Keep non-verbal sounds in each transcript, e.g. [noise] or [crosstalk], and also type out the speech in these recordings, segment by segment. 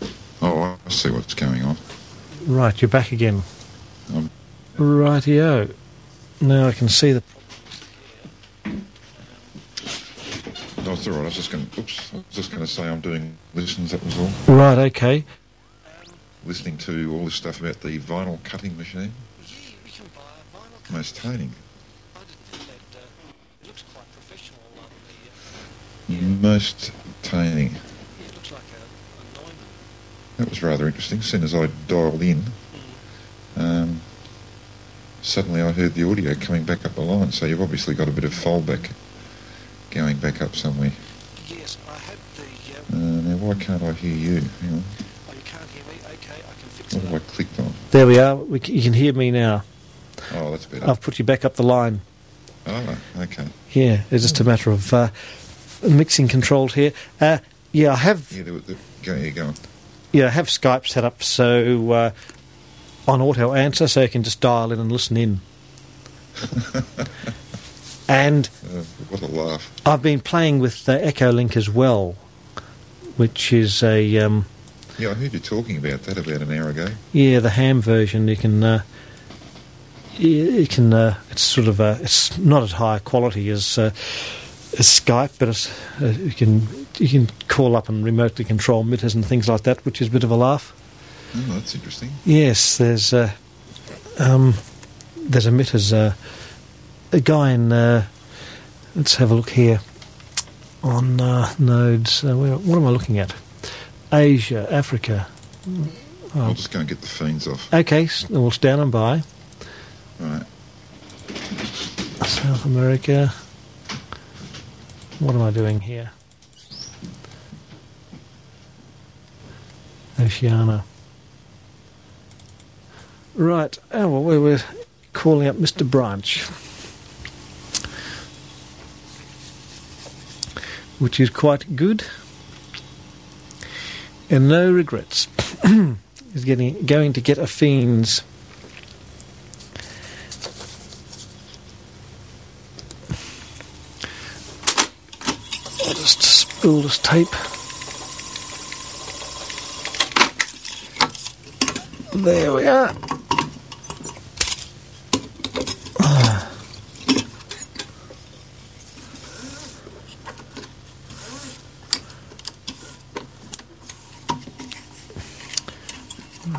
to Oh, see what's going on. Right, you're back again. Um, Rightio. Now I can see the. no, it's all right. I was just going. Oops. I was just going to say I'm doing listens. That was all. Right, okay. Listening to all this stuff about the vinyl cutting machine. Most hating. uh, Most taining. That was rather interesting. Soon as I dialed in, Mm. um, suddenly I heard the audio coming back up the line. So you've obviously got a bit of fallback going back up somewhere. Yes, I had the. Uh, now why can't I hear you? Hang on. oh, you can't hear me? Okay, I can fix What have I clicked on? There we are. We c- you can hear me now. Oh, that's better. I've put you back up the line. Oh, okay. Yeah, it's just a matter of uh, mixing controls here. Uh, yeah, I have Yeah, there, was- there, go, yeah, go on. yeah I have Skype set up so uh, on auto answer, so you can just dial in and listen in. and Uh, what a laugh. I've been playing with the Echo Link as well, which is a um, Yeah, I heard you talking about that about an hour ago. yeah the ham version. You can uh, y- you can uh, it's sort of a, it's not as high quality as uh, as Skype, but it's, uh, you can you can call up and remotely control meters and things like that, which is a bit of a laugh. Oh, that's interesting. Yes, there's a um, there's a emitters uh, a guy in. Uh, let's have a look here on uh, nodes. Uh, where, what am I looking at? Asia, Africa. Oh. I'll just go and get the fiends off. Okay, s- well, it's down and by Right. South America. What am I doing here? Oceania. Right. Oh well, we were calling up Mr. Branch, which is quite good, and no regrets. is getting going to get a fiends. I'll just spill this tape. There we are.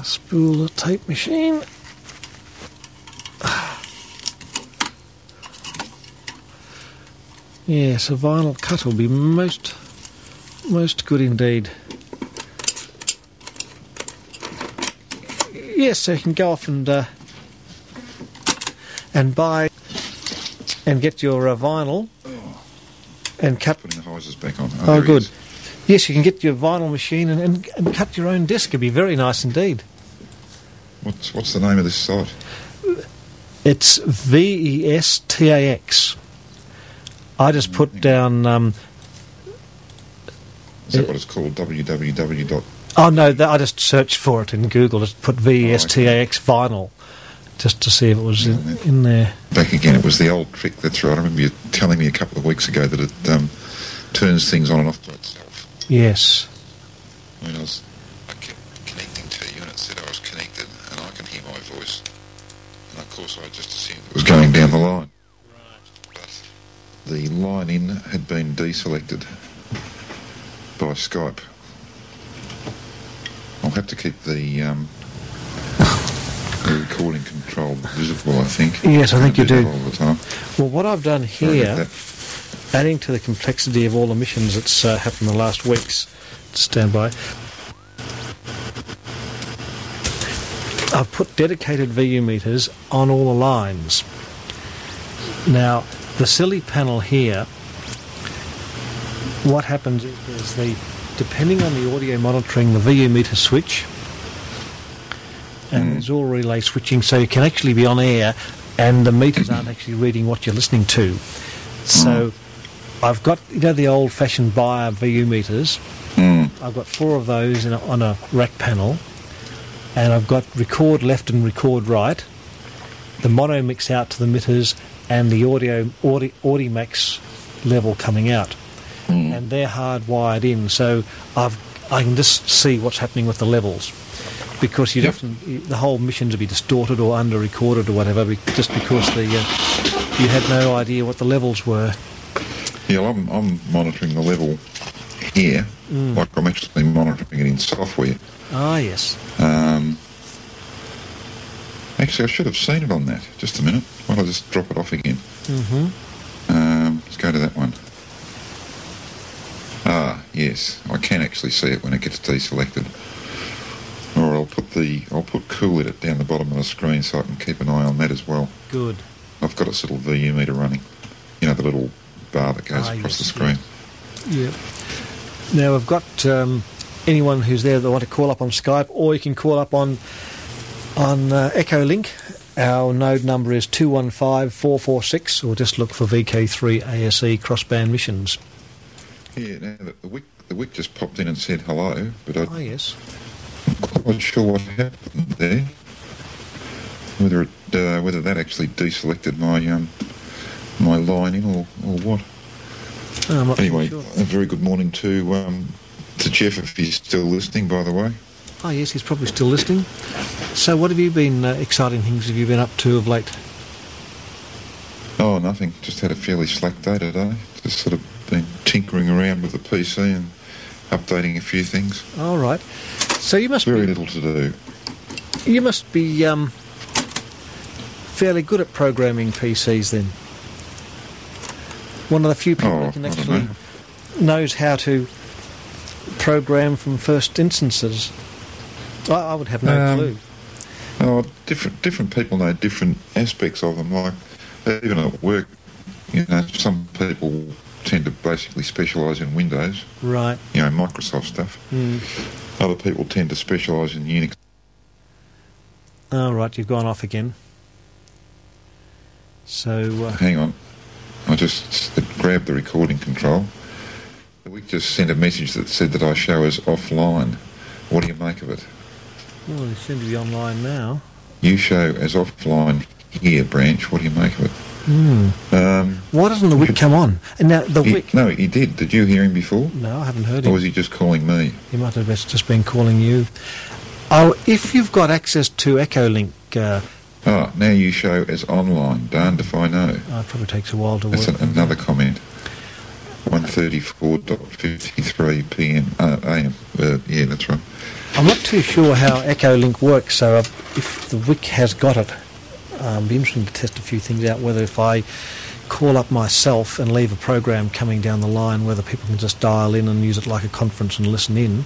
Spool the tape machine. [sighs] Yes, a vinyl cut will be most, most good indeed. Yes, so you can go off and uh, and buy and get your uh, vinyl and cut. Putting the hyzers back on. Oh, there he good. is. Yes, you can get your vinyl machine and, and, and cut your own disc. It'd be very nice indeed. What's, what's the name of this site? It's V E S T A X. I just put down. Um, Is that Uh, what it's called? www. dot- oh no, that, I just searched for it in Google. Just put V E S T A X vinyl, just to see if it was in, in there. Back again. It was the old trick. That's right. I remember you telling me a couple of weeks ago that it um, turns things on and off by itself. Yes. When I was I kept connecting to you and it said I was connected and I can hear my voice. And of course I just assumed it was going down the line. But the line in had been deselected by Skype. I'll have to keep the, um, the recording control visible, I think. Yes, I I'm think gonna you that do. all the time. Well, what I've done Sorry about here, that. adding to the complexity of all the missions that's uh, happened in the last weeks, stand by. I've put dedicated VU meters on all the lines. Now, the silly panel here, what happens is there's the, depending on the audio monitoring, the VU meter switch, and there's all relay switching, so you can actually be on air, and the meters aren't actually reading what you're listening to. So, I've got you know the old-fashioned buyer VU meters. I've got four of those in a, on a rack panel, and I've got record left and record right, the mono mix out to the emitters, and the audio audi, Audimax level coming out, and they're hardwired in. So I've I can just see what's happening with the levels. Because you'd Yep. often, you, the whole mission to be distorted or under recorded or whatever, be, just because the uh, you had no idea what the levels were. Yeah, well, I'm, I'm monitoring the level here, Mm. like I'm actually monitoring it in software. Ah, yes. Um, actually, I should have seen it on that. Just a minute. Why don't I just drop it off again? hmm Um, let's go to that one. Ah, yes, I can actually see it when it gets deselected. Or I'll put the I'll put cool edit down the bottom of the screen so I can keep an eye on that as well. Good. I've got its little VU meter running. You know the little bar that goes Ah, across yes, the screen. Yeah. Now I've got um, anyone who's there that want to call up on Skype, or you can call up on on uh, EchoLink. Our node number is two one five four four six, or just look for VK3 ASE E crossband missions. Yeah, now that the wick the wick just popped in and said hello, but Ah, I'm yes. not quite sure what happened there. Whether it uh, whether that actually deselected my um my line in or, or what. Oh, I'm not Anyway, sure. a very good morning to um, to Jeff if he's still listening. By the way, Ah, yes, he's probably still listening. So, what have you been uh, exciting things have you been up to of late? oh nothing. Just had a fairly slack day today. Just sort of been tinkering around with the PC and updating a few things. All right. So you must Very be, little to do. you must be um, fairly good at programming PCs then. One of the few people Oh, that can I don't actually know. knows how to program from first instances. I, I would have no Um, clue. Oh, different different people know different aspects of them. Like even at work, you know, some people tend to basically specialise in Windows, Right. you know, Microsoft stuff. Mm. Other people tend to specialise in Unix. All right, you've gone off again. So. [laughs] Uh, Hang on. I just grabbed the recording control. The week just sent a message that said that our show is offline. What do you make of it? Well, they seem to be online now. You show as offline here, Branch. What do you make of it? Um, Why doesn't the wick come on? And now the he- wick. no, he did. Did you hear him before? No, I haven't heard Or him. was he just calling me? He might have just been calling you. Oh, if you've got access to EchoLink, uh, Ah, now you show as online. Darned if I know. oh, it probably takes a while to That's work. an, another comment. 134.53 p.m. Uh, a.m. Uh, yeah, that's right. I'm not too sure how EchoLink works, so uh, if the wick has got it, um, it'd be interesting to test a few things out. Whether if I call up myself and leave a program coming down the line, whether people can just dial in and use it like a conference and listen in,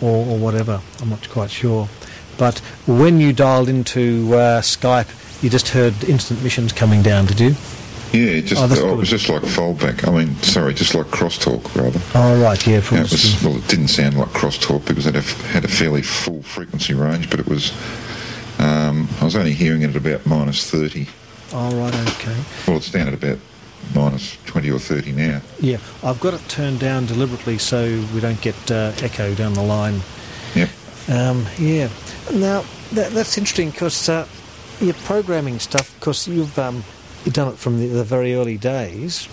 or, or whatever. I'm not quite sure. But when you dialed into uh, Skype, you just heard instant missions coming down, did you? Yeah, it just Oh, that's oh, it good. was just like foldback. I mean, sorry, just like crosstalk rather. Oh, right, yeah, Yeah, probably. it was well, it didn't sound like crosstalk because it have- had a fairly full frequency range, but it was. Um, I was only hearing it at about minus thirty. All right, okay. Well, it's down at about minus twenty or thirty now. Yeah, I've got it turned down deliberately so we don't get uh, echo down the line. Yep. Um, yeah. Now that, that's interesting because uh, your programming stuff, because you've um, you've done it from the, the very early days.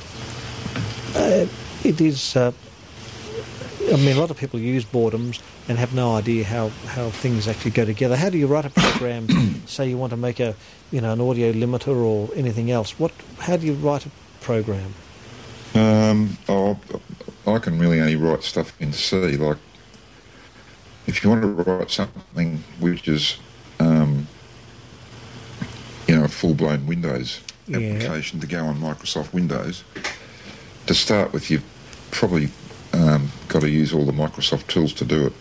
Uh, it is. Uh, I mean, a lot of people use boredoms and have no idea how, how things actually go together. How do you write a program? [coughs] say you want to make a you know an audio limiter or anything else. What? How do you write a program? Um, oh, I can really only write stuff in C. Like, if you want to write something which is, um, you know, a full-blown Windows Yeah. application to go on Microsoft Windows, to start with, you've probably um, got to use all the Microsoft tools to do it.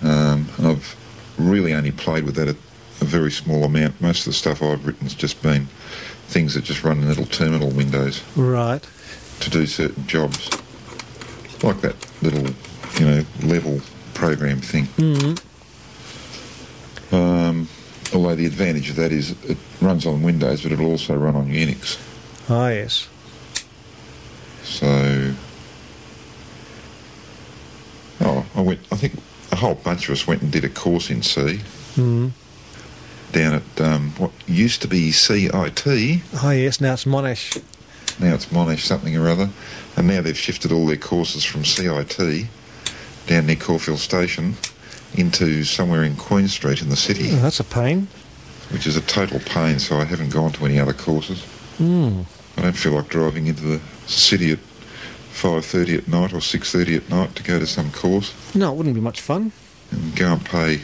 Um, and I've really only played with that a, a very small amount. Most of the stuff I've written's just been things that just run in little terminal windows Right. to do certain jobs, like that little, you know, level program thing. Um, although the advantage of that is it runs on Windows, but it'll also run on Unix. Ah, yes. So, oh, I went. I think a whole bunch of us went and did a course in C Mm. down at um, what used to be CIT. Ah, yes. Now it's Monash. Now it's Monash something or other, and now they've shifted all their courses from CIT down near Caulfield Station into somewhere in Queen Street in the city, Oh, that's a pain. which is a total pain, so I haven't gone to any other courses. Mm. I don't feel like driving into the city at 5.30 at night or 6.30 at night to go to some course No, it wouldn't be much fun. and go and pay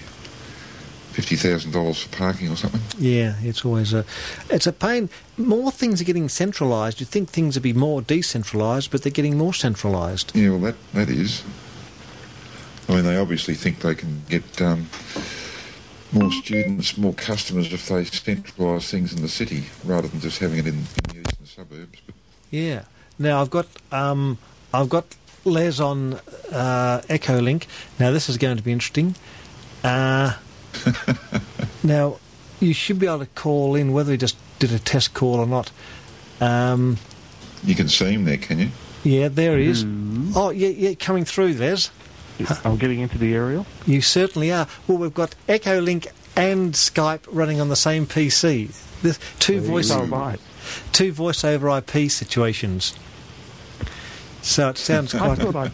$50,000 for parking or something. Yeah, it's always a, it's a pain. More things are getting centralised. You'd think things would be more decentralised, but they're getting more centralised. Yeah, well, that, that is. I mean, they obviously think they can get um, more students, more customers if they centralise things in the city rather than just having it in, in the eastern suburbs. But Yeah. Now I've got, um, I've got Les on uh, EchoLink. Now this is going to be interesting. [laughs] Uh, now you should be able to call in whether he just did a test call or not. Um, you can see him there, can you? yeah, there he is. Hmm. Oh, yeah, yeah, coming through, Les. I'm getting into the aerial. You certainly are. Well, we've got EchoLink and Skype running on the same PC. There's two voice Oh, right. two voice over IP situations. So it sounds [laughs] [laughs] I quite thought I.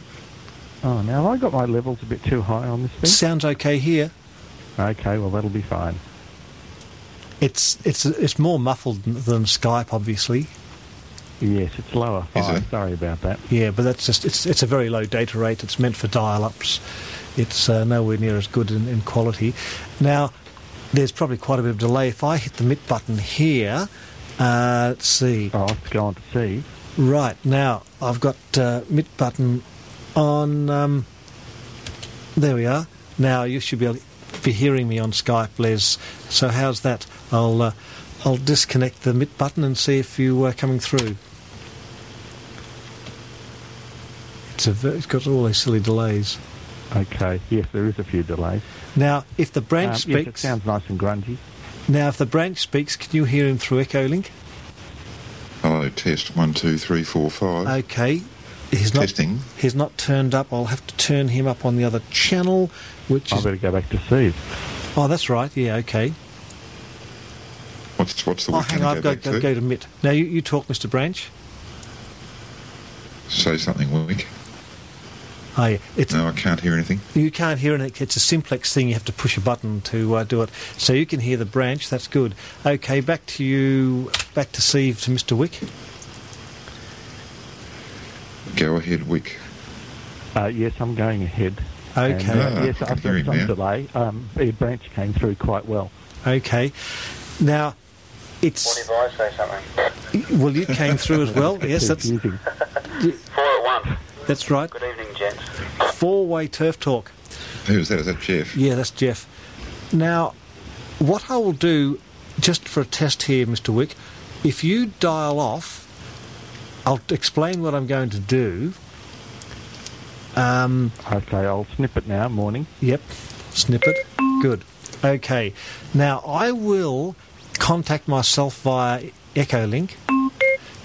Oh, now I got my levels a bit too high on this thing. sounds okay here. Okay, well that'll be fine. It's it's it's more muffled than- than Skype, obviously. Yes, it's lower. Is Five. it? Sorry about that. Yeah, but that's just it's it's a very low data rate. It's meant for dial-ups. It's uh, nowhere near as good in, in quality. Now, there's probably quite a bit of delay. If I hit the mute button here, uh, let's see. Oh, I've gone to see. Right now, I've got uh, mid button on. Um, there we are. Now you should be able to be hearing me on Skype, Les. So how's that? I'll uh, I'll disconnect the mid button and see if you are coming through. It's a ve- it's got all these silly delays. Okay. Yes, there is a few delays. Now, if the branch Um, yes, it speaks, sounds nice and grungy. now if the branch speaks, can you hear him through EchoLink? Hello, test one, two, three, four, five. Okay, he's not Testing. He's not turned up. I'll have to turn him up on the other channel, which I is. better go back to Steve. Oh, that's right. Yeah, okay. What's what's the Oh, one hang on. go I've got back to to? go to Mitt. Now, you, you talk, Mr. Branch. Say something, Wick. Oh, yeah. It's, No, I can't hear anything. You can't hear it. It's a simplex thing. You have to push a button to uh, do it. So you can hear the branch. That's good. Okay, back to you. Back to Steve, to Mr. Wick. Go ahead, Wick. Uh, yes, I'm going ahead. Okay. And, uh, Ah, yes, I can I've hear got him some now. delay. Um, the branch came through quite well. Okay. Now, What it's. if I say something? Well, you came through as [laughs] well. Oh, Yes, that's, Confusing. Four at once. that's right. Good evening, gents. Four way turf talk. Who is that? Is that Jeff? Yeah, that's Jeff. Now, what I will do, just for a test here, Mr. Wick, if you dial off, I'll t- explain what I'm going to do. Um, Okay, I'll snip it now. Morning. yep, snippet. Good. Okay. Now, I will contact myself via EchoLink.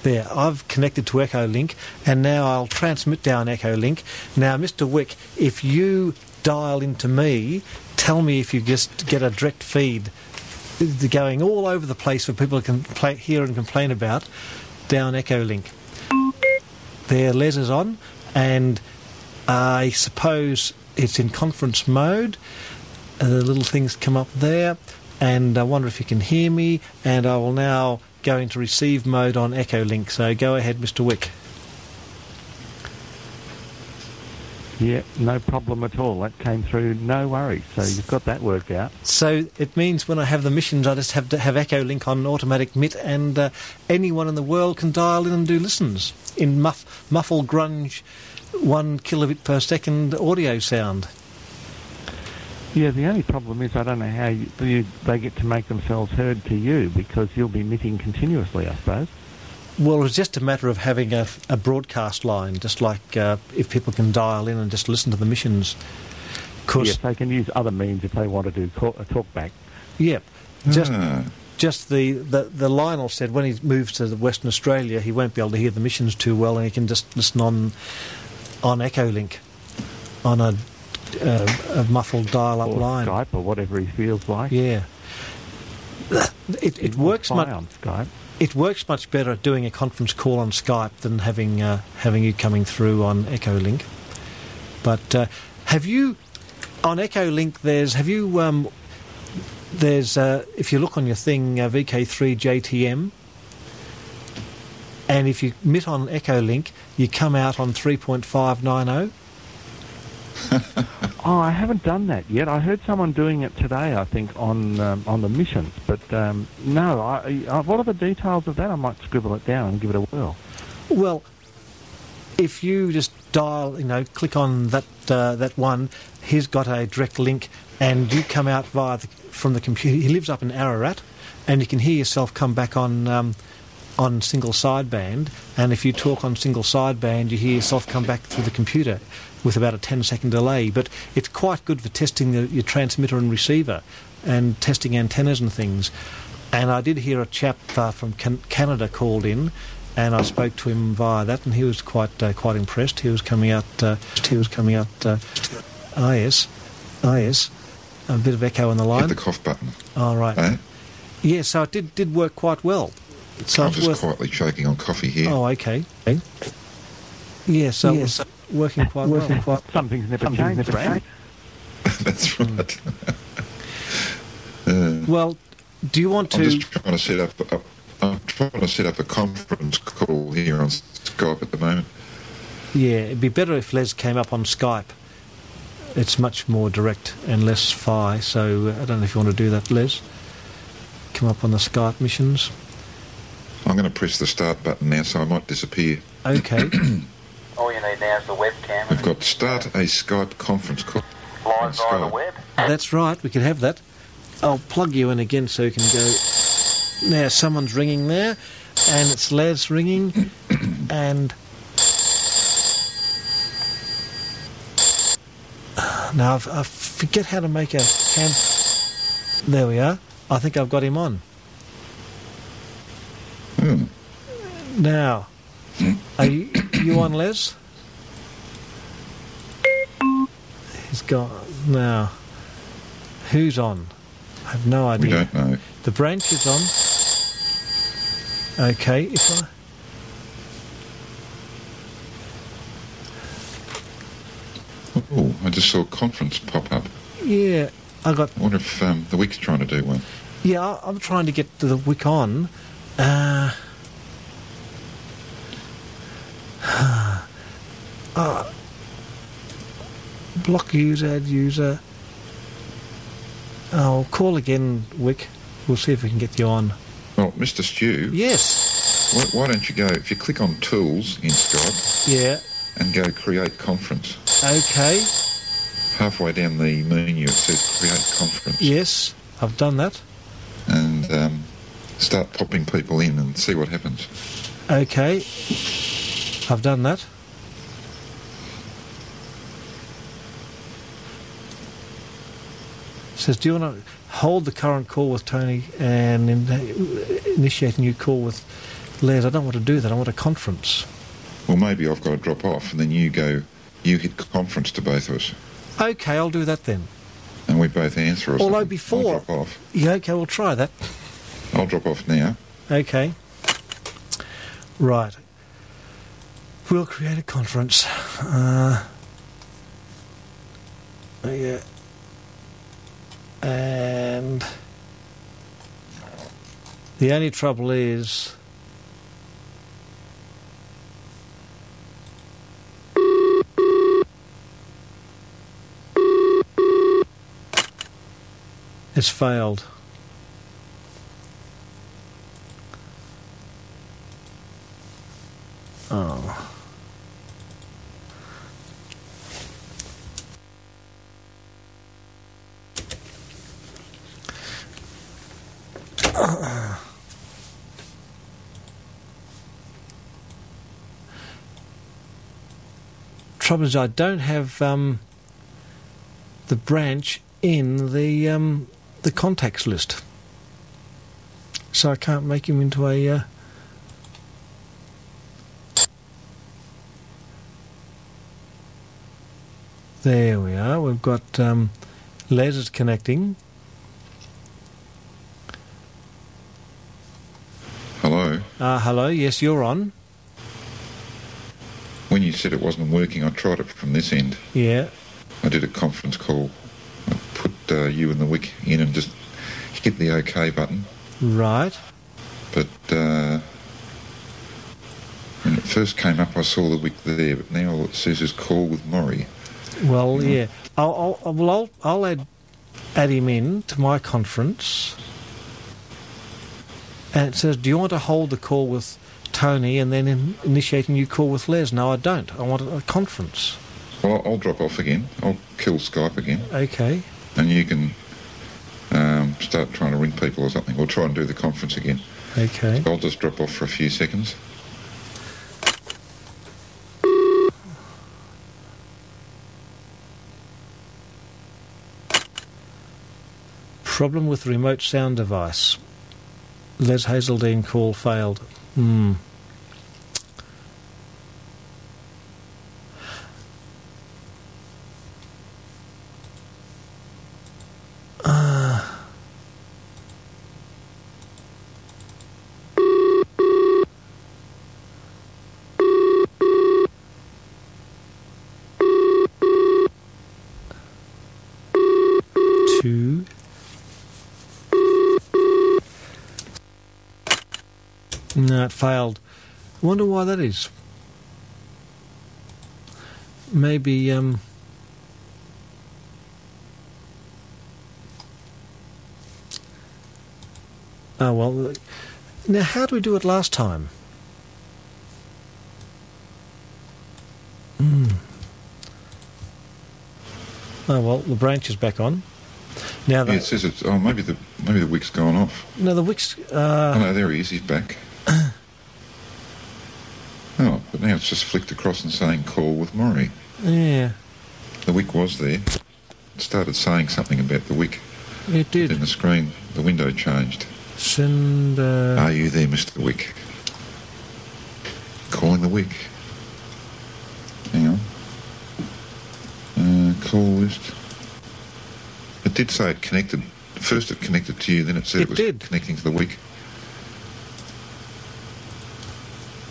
There, I've connected to EchoLink, and now I'll transmit down EchoLink. Now, Mr. Wick, if you dial into me, tell me if you just get a direct feed They're going all over the place where people can pla hear and complain about down EchoLink. There, Les is on, and I suppose it's in conference mode. Uh, the little things come up there, and I wonder if you can hear me. And I will now go into receive mode on EchoLink. So go ahead, Mr. Wick. Yeah, no problem at all. That came through, no worries. So you've got that worked out. So it means when I have the missions, I just have to have EchoLink on automatic MIT, and uh, anyone in the world can dial in and do listens in muff, muffle grunge, one kilobit per second audio sound. Yeah, the only problem is I don't know how you, you, they get to make themselves heard to you because you'll be knitting continuously, I suppose. Well, it's just a matter of having a, a broadcast line, just like uh, if people can dial in and just listen to the missions. 'Cause- Yes, they can use other means if they want to do call, a talk back. yep, just Hmm. Ah, just the, the the Lionel said when he moves to the Western Australia, he won't be able to hear the missions too well, and he can just listen on on EchoLink on a uh, a muffled dial-up or line. Skype or whatever he feels like. Yeah, it it Or works spy much. on Skype. It works much better at doing a conference call on Skype than having uh, having you coming through on EchoLink. But uh, Have you on EchoLink? There's have you um, there's uh, if you look on your thing uh, VK3 JTM, and if you mit on EchoLink, you come out on three point five nine zero. Oh, I haven't done that yet. I heard someone doing it today. I think on um, on the missions, but um, no. I, I, what are the details of that? I might scribble it down and give it a whirl. Well, if you just dial, you know, click on that uh, that one, he's got a direct link, and you come out via the, from the computer. He lives up in Ararat, and you can hear yourself come back on um, on single sideband. And if you talk on single sideband, you hear yourself come back through the computer with about a 10 second delay. But it's quite good for testing the, your transmitter and receiver, and testing antennas and things. And I did hear a chap uh, from can- Canada called in, and I spoke to him via that, and he was quite uh, quite impressed. He was coming out. Uh, he was coming out. Uh, ah yes, ah yes. A bit of echo on the Hit line. the cough button. All right. Eh? Yeah, so it did did work quite well. So I'm it's just worth. quietly choking on coffee here. Oh, okay. Okay. Yeah, so Yeah, it's so- working quite well. [laughs] Something's never Something's changed, never Brad. changed. [laughs] That's right. Well, do you want I'm to? just trying to set up. A, I'm trying to set up a conference call here on Skype at the moment. Yeah, it'd be better if Les came up on Skype. It's much more direct and less fi. So uh, I don't know if you want to do that, Les. Come up on the Skype missions. I'm going to press the start button now, so I might disappear. Okay. [coughs] All you need now is the webcam. I've got start a Skype conference call. live via the Skype. web. That's right, we could have that. I'll plug you in again so you can go. Now, someone's ringing there, and it's Les ringing, and. Now, I've, I forget how to make a cam. There we are. I think I've got him on. Hmm. Now, are you, you on, Les? He's gone. Now, who's on? I have no We idea. don't know. The branch is on. Okay, if I. Oh, I just saw conference pop up. Yeah, I got. I wonder if um, the week's trying to do one. Yeah, I- I'm trying to get to the wick on. Uh, [sighs] uh, block user, add user. I'll call again, Wick. We'll see if we can get you on. Well, Mr. Stew, Yes. why, why don't you go? If you click on Tools in Skype Yeah. and go Create Conference, Okay. halfway down the menu it says Create Conference, Yes. I've done that. and um, start popping people in and see what happens. Okay. I've done that. Says, do you want to hold the current call with Tony and in- initiate a new call with Les? I don't want to do that. I want a conference. Well, maybe I've got to drop off, and then you go. You hit conference to both of us, Okay, I'll do that then. and we both answer. Or Although something. before- I'll drop off, Yeah, okay, we'll try that. I'll drop off now. Okay. Right. We'll create a conference. Uh, yeah. And the only trouble is. It's failed. Oh. Trouble is, I don't have um, the branch in the um, the contacts list, so I can't make him into a. Uh, There we are. We've got um, lasers connecting. Hello. Ah, hello. Yes, you're on. When you said it wasn't working, I tried it from this end. Yeah. I did a conference call. I put uh, you and the wick in and just hit the OK button. Right. But uh, when it first came up, I saw the wick there. But now all it says is call with Maury. Well, yeah. I'll, I'll, well, I'll, I'll add, add him in to my conference. And it says, do you want to hold the call with Tony and then in, initiate a new call with Les? No, I don't. I want a conference. Well, I'll- I'll drop off again. I'll kill Skype again, Okay. and you can um, start trying to ring people or something, or try and do the conference again. Okay. I'll just drop off for a few seconds. Problem with remote sound device. Les Hazeldine call failed. Hmm. Ah. Two. No, it failed. Wonder why that is. Maybe um. Oh well. Now, how do we do it last time? Hmm. Oh well, the branch is back on. Now Yeah, that it says it's. Oh, maybe the maybe the wick's gone off. now the wicks. Uh, Oh no, there he is. He's [coughs] back. oh, but now it's just flicked across and saying call with Maury. yeah, The wick was there. It started saying something about the wick. it did. Then the screen, the window changed. Send. Uh, Are you there, Mr. Wick? Calling the Wick. Hang on. Uh, call list. It did say it connected. First it connected to you, then it said it, It was did. connecting to the Wick.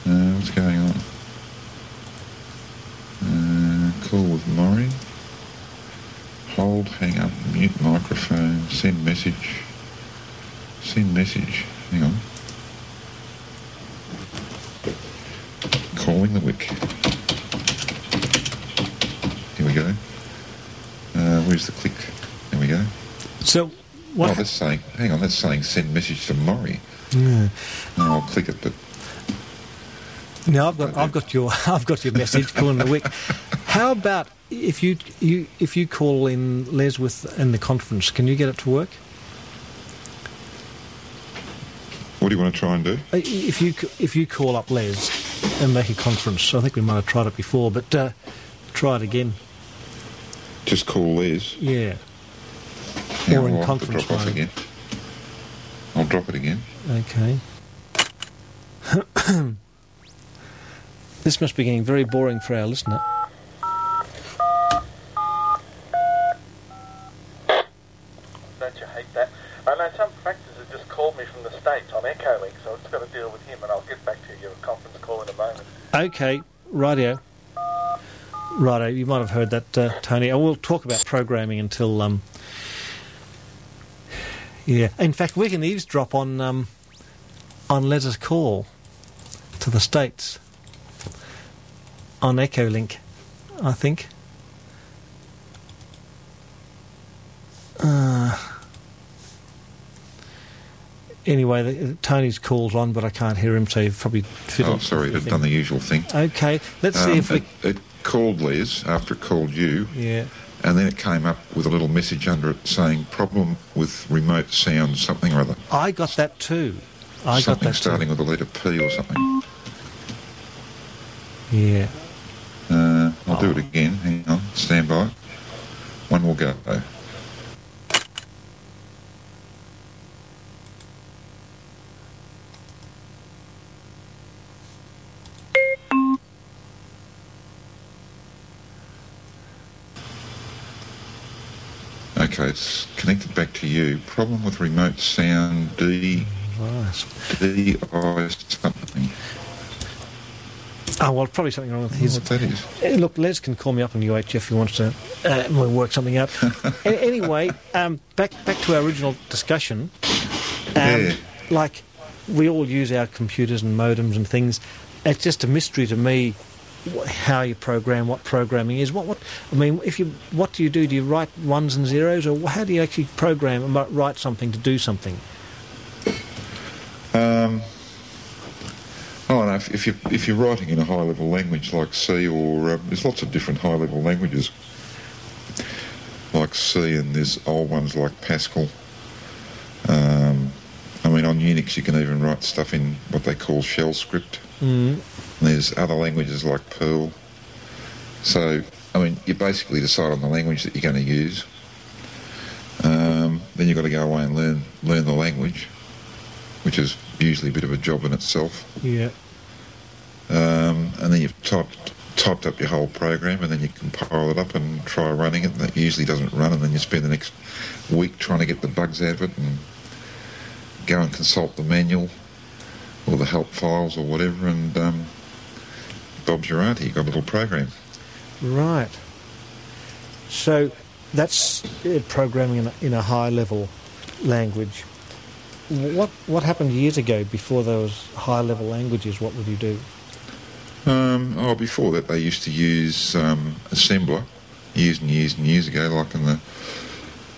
Uh, what's going on? Uh, call with Maury. Hold, hang up, mute microphone, send message. Send message. Hang on. Calling the wick. Here we go. Uh, where's the click? There we go. so Oh, what? that's saying. Hang on, that's saying send message to Murray. Yeah. No, I'll click it, but Now I've got I've got your [laughs] I've got your message calling the wick. How about if you you if you call in Les with in the conference? Can you get it to work? what do you want to try and do? Uh, i- If you c- if you call up Les and make a conference, I think we might have tried it before, but uh, try it again. Just call Les. Yeah. Hang Or on, I'll in have to conference drop off mode. again. I'll drop it again. Okay. [coughs] this must be getting very boring for our listener. Don't you hate that? I know some factors have just called me from the States on Echolink, so I've just got to deal with him and I'll get back to you, your conference call in a moment. Okay, radio. Righto, you might have heard that, uh, Tony. I will talk about programming until. Um, yeah, in fact, we can eavesdrop on um, on Let Us Call to the States on Echolink, I think. Uh, anyway, the, Tony's called on, but I can't hear him, so you've probably fiddled. Oh, sorry, it had fiddled- done the usual thing. Okay, let's Um, see if we. it, it called Les after it called you. Yeah. And then it came up with a little message under it saying problem with remote sound something or other. I got that too. I something got that starting with the letter P or something. too. Yeah. Uh, I'll do it again. Hang on. Stand by. One will go. Okay, it's connected back to you. Problem with remote sound D Right. D I something. Oh, well, probably something wrong with I don't know his. what that is. Eh, Look, Les can call me up on UHF if he wants to. Uh, and we'll work something out. A- anyway, um, back back to our original discussion. Um, Yeah. Like, we all use our computers and modems and things. It's just a mystery to me wh- how you program, what programming is. What, what I mean, if you, what do you do? Do you write ones and zeros, or wh- how do you actually program and wri- write something to do something? Oh, no, if, if, you, if you're writing in a high-level language like C or... Um, there's lots of different high-level languages like C and there's old ones like Pascal. Um, I mean, on Unix you can even write stuff in what they call shell script. Mm. And there's other languages like Perl. So, I mean, you basically decide on the language that you're going to use. Um, then you've got to go away and learn learn the language, which is usually a bit of a job in itself Yeah. um, and then you've typed typed up your whole program, and then you compile it up and try running it, and it usually doesn't run, and then you spend the next week trying to get the bugs out of it, and go and consult the manual or the help files or whatever, and um, Bob's your auntie. You got a little program. Right. So that's uh, programming in a, in a high level language. Wh- What what happened years ago before there was high level languages? What would you do? Um, oh, before that they used to use um, assembler years and years and years ago, like in the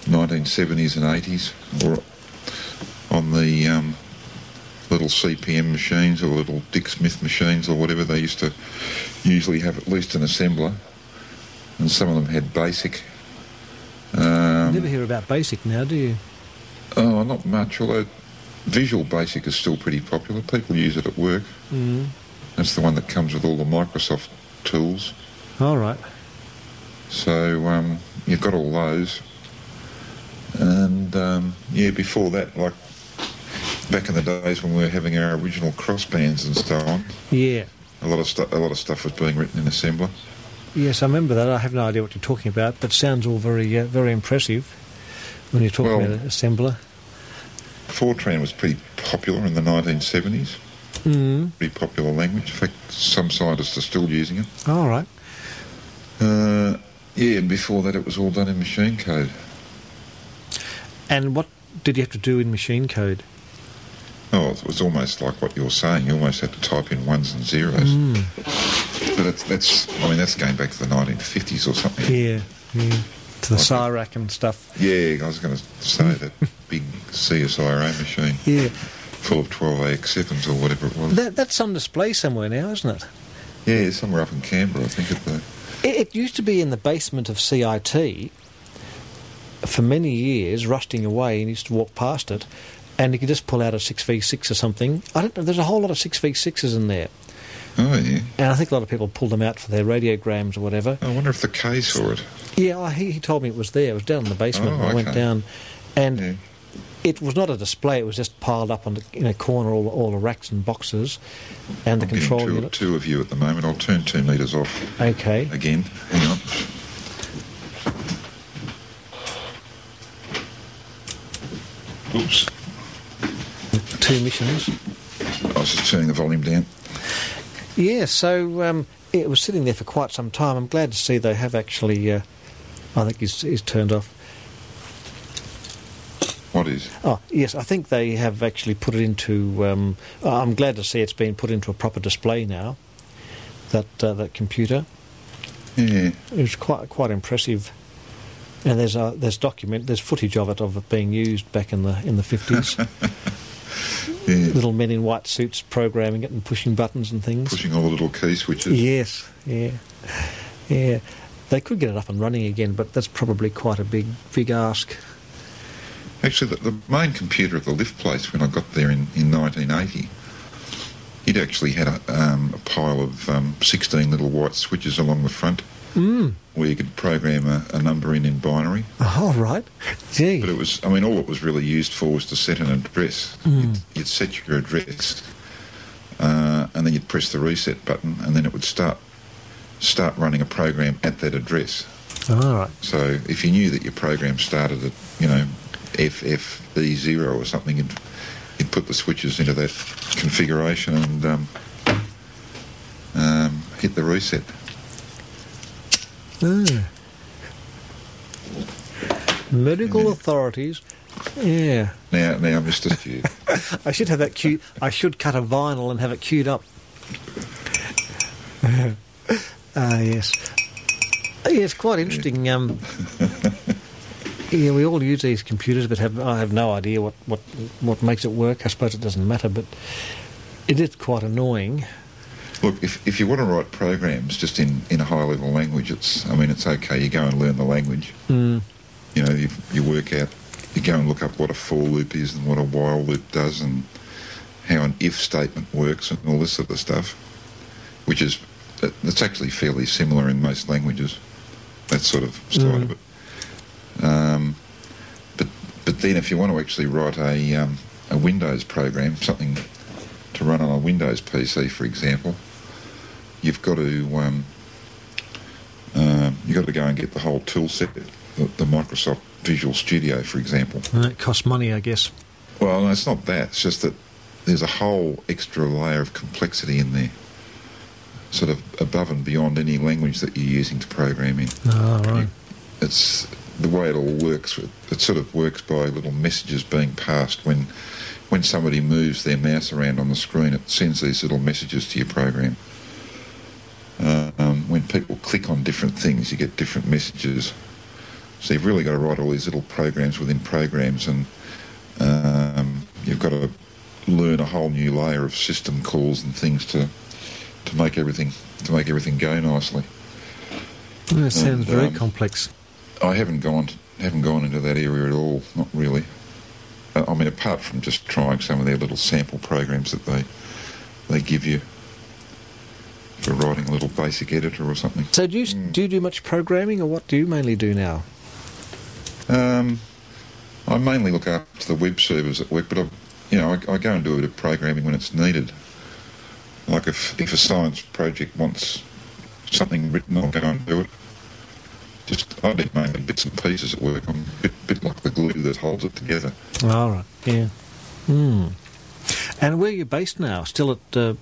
1970s and 80s, or on the um, little CPM machines or little Dick Smith machines or whatever. They used to usually have at least an assembler, and some of them had BASIC. Um, Never hear about BASIC now, do you? Oh, not much. Although Visual Basic is still pretty popular. People use it at work. Mm. That's the one that comes with all the Microsoft tools. All right. So um, you've got all those, and um, yeah, before that, like back in the days when we were having our original crossbands and so on, Yeah. a lot of stuff, a lot of stuff was being written in assembler. Yes, I remember that. I have no idea what you're talking about, but sounds all very uh, very impressive when you're talking Well- about assembler. Fortran was pretty popular in the 1970s, Mm. pretty popular language. In fact, some scientists are still using it. All right. Uh, yeah, and before that, it was all done in machine code. And what did you have to do in machine code? Oh, it was almost like what you're saying. You almost had to type in ones and zeros. Hmm. But that's, that's, I mean, that's going back to the 1950s or something. Yeah. yeah. To the Okay. CIRAC and stuff. Yeah, I was going to say that big CSIRO machine Yeah. full of 12AX7s or whatever it was. That, that's on display somewhere now, isn't it? yeah, somewhere up in Canberra, I think, at the It, it used to be in the basement of CIT for many years, rusting away, and used to walk past it, and you could just pull out a 6v6 or something. I don't know, there's a whole lot of 6v6s in there, Oh, yeah. and I think a lot of people pulled them out for their radiograms or whatever. I wonder if the K saw it. Yeah, I- he, he told me it was there. It was down in the basement. Oh, I went okay. down, and Yeah. it was not a display, it was just piled up on the, in a corner, all, all the racks and boxes, and the I'm Oh, getting control two, unit. two of you at the moment. I'll turn two metres off Okay. again. Hang on. Oops. Two missions. I was just turning the volume down. Yeah, so um, it was sitting there for quite some time. I'm glad to see they have actually. Uh, I think he's, he's turned off. What is? Oh, yes, I think they have actually put it into. Um, uh, I'm glad to see it's been put into a proper display now. That uh, that computer. Yeah. It's quite quite impressive. And there's uh, there's document there's footage of it of it being used back in the in the fifties. Yeah. Little men in white suits programming it and pushing buttons and things. Pushing all the little key switches. Yes, yeah, yeah. They could get it up and running again, but that's probably quite a big, big ask. Actually, the, the main computer of the lift place when I got there in, in 1980, it actually had a, um, a pile of um, 16 little white switches along the front Mm. where you could program a, a number in in binary. Oh, All right. But Gee. it was, I mean, all it was really used for was to set an address. You'd, you'd set your address, uh, and then you'd press the reset button, and then it would start start running a program at that address. All right. So if you knew that your program started at, you know, FFE0 or something, you'd, you'd put the switches into that configuration and um, um, hit the reset. Ah. Medical authorities. Yeah. Now, now, Mr. Stew. I should have that queued. I should cut a vinyl and have it queued up. [laughs] Ah, yes. Ah, Yes, quite interesting. Um, [laughs] yeah, we all use these computers, but have, I have no idea what, what, what makes it work. I suppose it doesn't matter, but it is quite annoying. Look, if, if you want to write programs just in, in a high level language, it's I mean it's okay. You go and learn the language. Mm. You know, you, you work out, you go and look up what a for loop is and what a while loop does and how an if statement works and all this sort of stuff, which is that- that's actually fairly similar in most languages. That sort of side of it. Um, but but then if you want to actually write a um, a Windows program, something to run on a Windows PC, for example, you've got to um, um, you've got to go and get the whole tool set, the, the Microsoft Visual Studio, for example. And it costs money, I guess. Well, no, it's not that. It's just that there's a whole extra layer of complexity in there, sort of above and beyond any language that you're using to program in. Ah, right. It's the way it all works. It it sort of works by little messages being passed when when somebody moves their mouse around on the screen. It sends these little messages to your program. Uh, um, when people click on different things, you get different messages. So you've really got to write all these little programs within programs, and um, you've got to learn a whole new layer of system calls and things to to make everything to make everything go nicely. Yeah, it sounds very um, complex. I haven't gone haven't gone into that area at all. Not really. Uh, I I mean, apart from just trying some of their little sample programs that they they give you for writing a little basic editor or something. So, do you s do you do much programming, or what do you mainly do now? Um, I mainly look after the web servers at work, but I, you know, I, I go and do a bit of programming when it's needed. Like if if a science project wants something written, I'll go and do it. Just I do mainly bits and pieces at work. I'm a bit, bit like the glue that holds it together. All Ah, right. Yeah. Hmm. And where are you based now? Still at uh,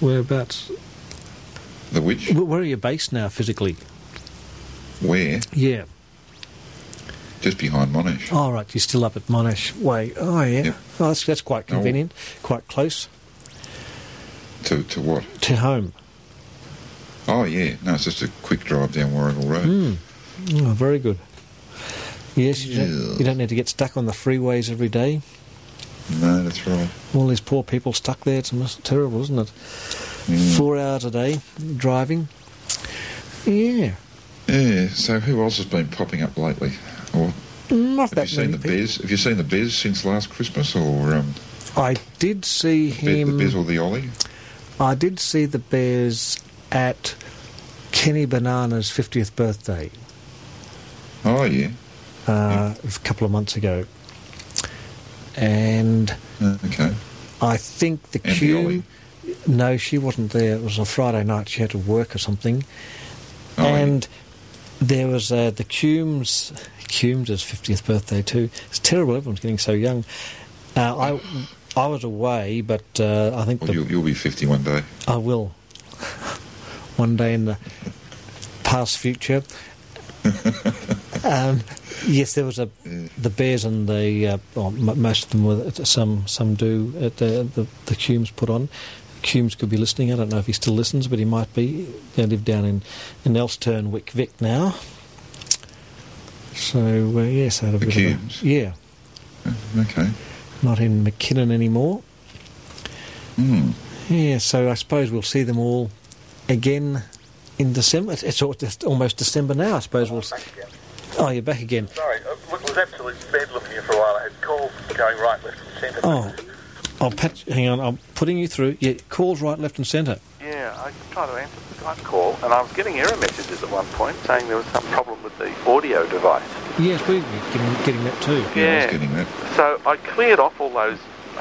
whereabouts? The which wh- Where are you based now physically? where Yeah. just behind Monash. All Ah, right. You're still up at Monash Way. Oh yeah. Yep. Oh, that's that's quite No. convenient. Quite close To to what? to home. Oh yeah, no, it's just a quick drive down Warrigal Road. Oh, very good. Yes. You don't, Yeah. you don't need to get stuck on the freeways every day. No, that's right. All these poor people stuck there. It's most terrible, isn't it? Mm. Four hours a day driving. Yeah. Yeah. So who else has been popping up lately? Or Not Have that you seen many the people. Bez? Have you seen the Bez since last Christmas, or um, I did see Be- the him. Bez or the Ollie? I did see the Bears at Kenny Banana's 50th birthday Oh yeah, uh, a couple of months ago. And Uh, okay. I think the And the queue. Ollie. No, she wasn't there. It was a Friday night. She had to work or something. Oh, yeah. and there was uh, the Cumes. Cumes' 50th birthday, too. It's terrible. Everyone's getting so young. Uh, I, I was away, but uh, I think Well, the you'll, you'll be fifty one day. I will. One day in the past future. um, yes, there was a the bears and the uh, well, m- most of them were some some do at the the, the Cumes put on. Cumes could be listening. I don't know if he still listens, but he might be. They live down in in Elsturn, Wick Vic now. So uh, yes, I had a The bit Cumes? of a, yeah, Okay. not in McKinnon anymore. Hmm. Yeah, so I suppose we'll see them all again in December. It's, it's al- just almost December now, I suppose. We'll. s- Back again. Oh, you're back again. Sorry, uh, look, it was absolute bedlam here for a while. I had calls going right, left, and centre. Oh, I'll patch. Hang on, I'm putting you through. Yeah, calls right, left, and centre. Yeah, I tried to answer the Skype call, and I was getting error messages at one point saying there was some problem with the audio device. Yes, we're getting, getting that too. Yeah, I Yeah. was getting that. So I cleared off all those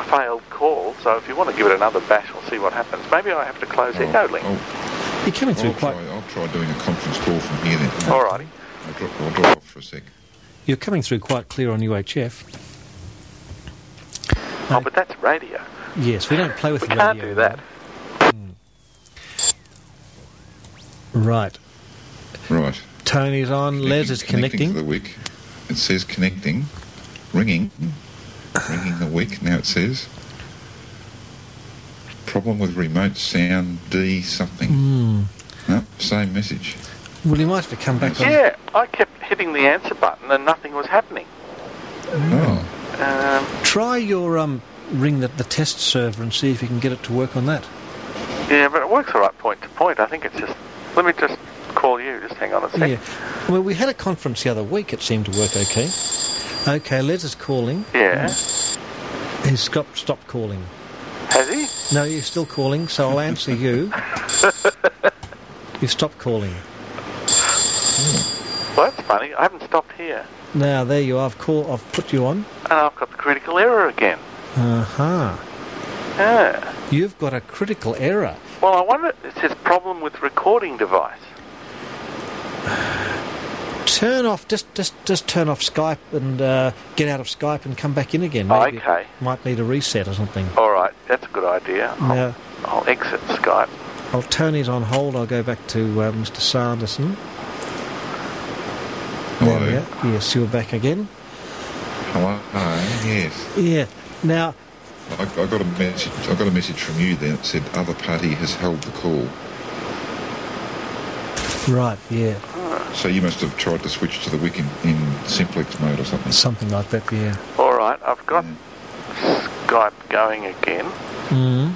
failed calls. So if you want to give it another bash, we'll see what happens. Maybe I have to close I'll, Echo Link. I'll, You're coming through I'll quite. try, I'll try doing a conference call from here then. Alrighty. I'll drop, I'll drop off for a sec. You're coming through quite clear on UHF. Oh, but that's radio. Yes, we don't play with We the can't radio. do that. Right. Right. Tony's on. Les is to connecting. the wick. It says connecting, ringing, ringing the wick. Now it says problem with remote sound D something. No, same message. Well, you might have to come back on. Yeah, I kept hitting the answer button and nothing was happening. Oh, Um, Try your um, ring the, the test server and see if you can get it to work on that. yeah, but it works all right point to point. I think it's just. Let me just call you. Just hang on a sec. Yeah. Well, we had a conference the other week. It seemed to work okay. Okay, Les is calling. Yeah. He's stopped, stopped calling. Has he? No, you're still calling, so I'll answer you. You've stopped calling. Well, that's funny. I haven't stopped here. Now, there you are. I've, call, I've put you on. And I've got the critical error again. Uh huh. Yeah. You've got a critical error. Well, I wonder. It says problem with recording device. Turn off, just just just turn off Skype and uh, get out of Skype and come back in again. Oh, Maybe okay. Might need a reset or something. All right, that's a good idea. I'll, Now, I'll exit Skype. oh, Tony's on hold. I'll go back to uh, Mr. Sanderson. There we Hello. are. Yes, you're back again. hello. Yes, Yeah. Now, I, I got a message. I got a message from you then. It said other party has held the call. right. Yeah. So you must have tried to switch to the wick in, in simplex mode or something. Something like that. Yeah. All right, I've got Skype going again. Mm.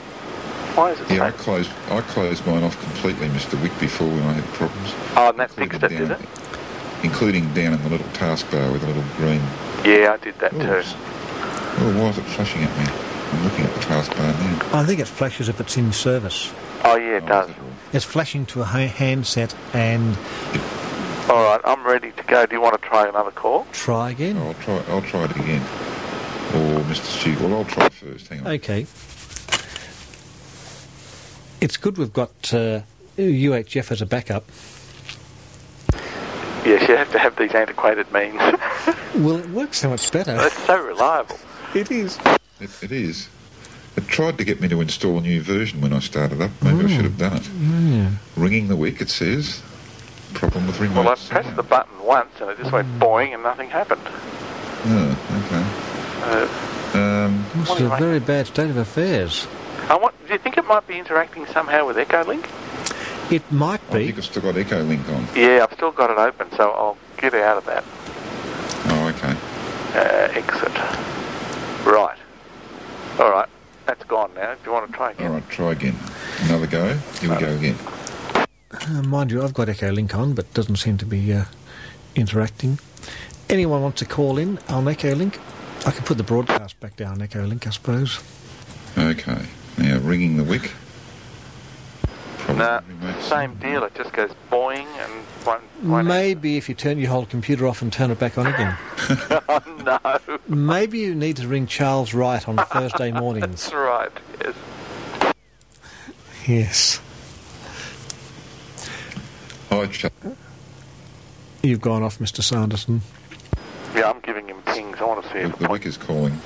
Why is it Yeah, I saying- closed. I closed mine off completely, Mr. Wick, before when I had problems. Oh, and that Including fixed it, did down- it? Including down in the little taskbar with a little green. Yeah, I did that Oh, too. it's- oh, why is it flashing at me? I'm looking at the taskbar now. I think it flashes if it's in service. Oh, yeah, it Oh, does. is all? It's flashing to a ha- handset and All right, I'm ready to go. Do you want to try another call? try again. Oh, I'll try. I'll try it again. Or Mr. Stu. Well, I'll try first. Hang on. Okay. It's good we've got uh, UHF as a backup. Yes, you have to have these antiquated means. Well, it works so much better. [laughs] That's so reliable. It is. It, it is. It tried to get me to install a new version when I started up. Maybe I should have done it. Ringing the wick. It says. Problem with remote. Well, I sound. pressed the button once and it just went boing and nothing happened. Oh, Uh, okay. Um, It's What do a you reckon? very bad state of affairs. I want, do you think it might be interacting somehow with EchoLink? It might I be. think I've still got Echo Link on. Yeah, I've still got it open, so I'll get out of that. Oh, okay. Uh, exit. Right. All right. That's gone now. Do you want to try All again? right, try again. Another go. Here we go again. Uh, mind you, I've got Echo Link on, but doesn't seem to be uh, interacting. Anyone wants to call in on Echo Link? I can put the broadcast back down, Echo Link, I suppose. Okay. Now ringing the wick. Probably No, remote same deal. It just goes boing and one. one Maybe if you turn your whole computer off and turn it back on again. oh, no. Maybe you need to ring Charles Wright on Thursday [laughs] mornings. That's right. Yes. Yes. Hi, Chuck. You've gone off, Mr. Sanderson. Yeah, I'm giving him pings. I want to see The, if the wick is calling.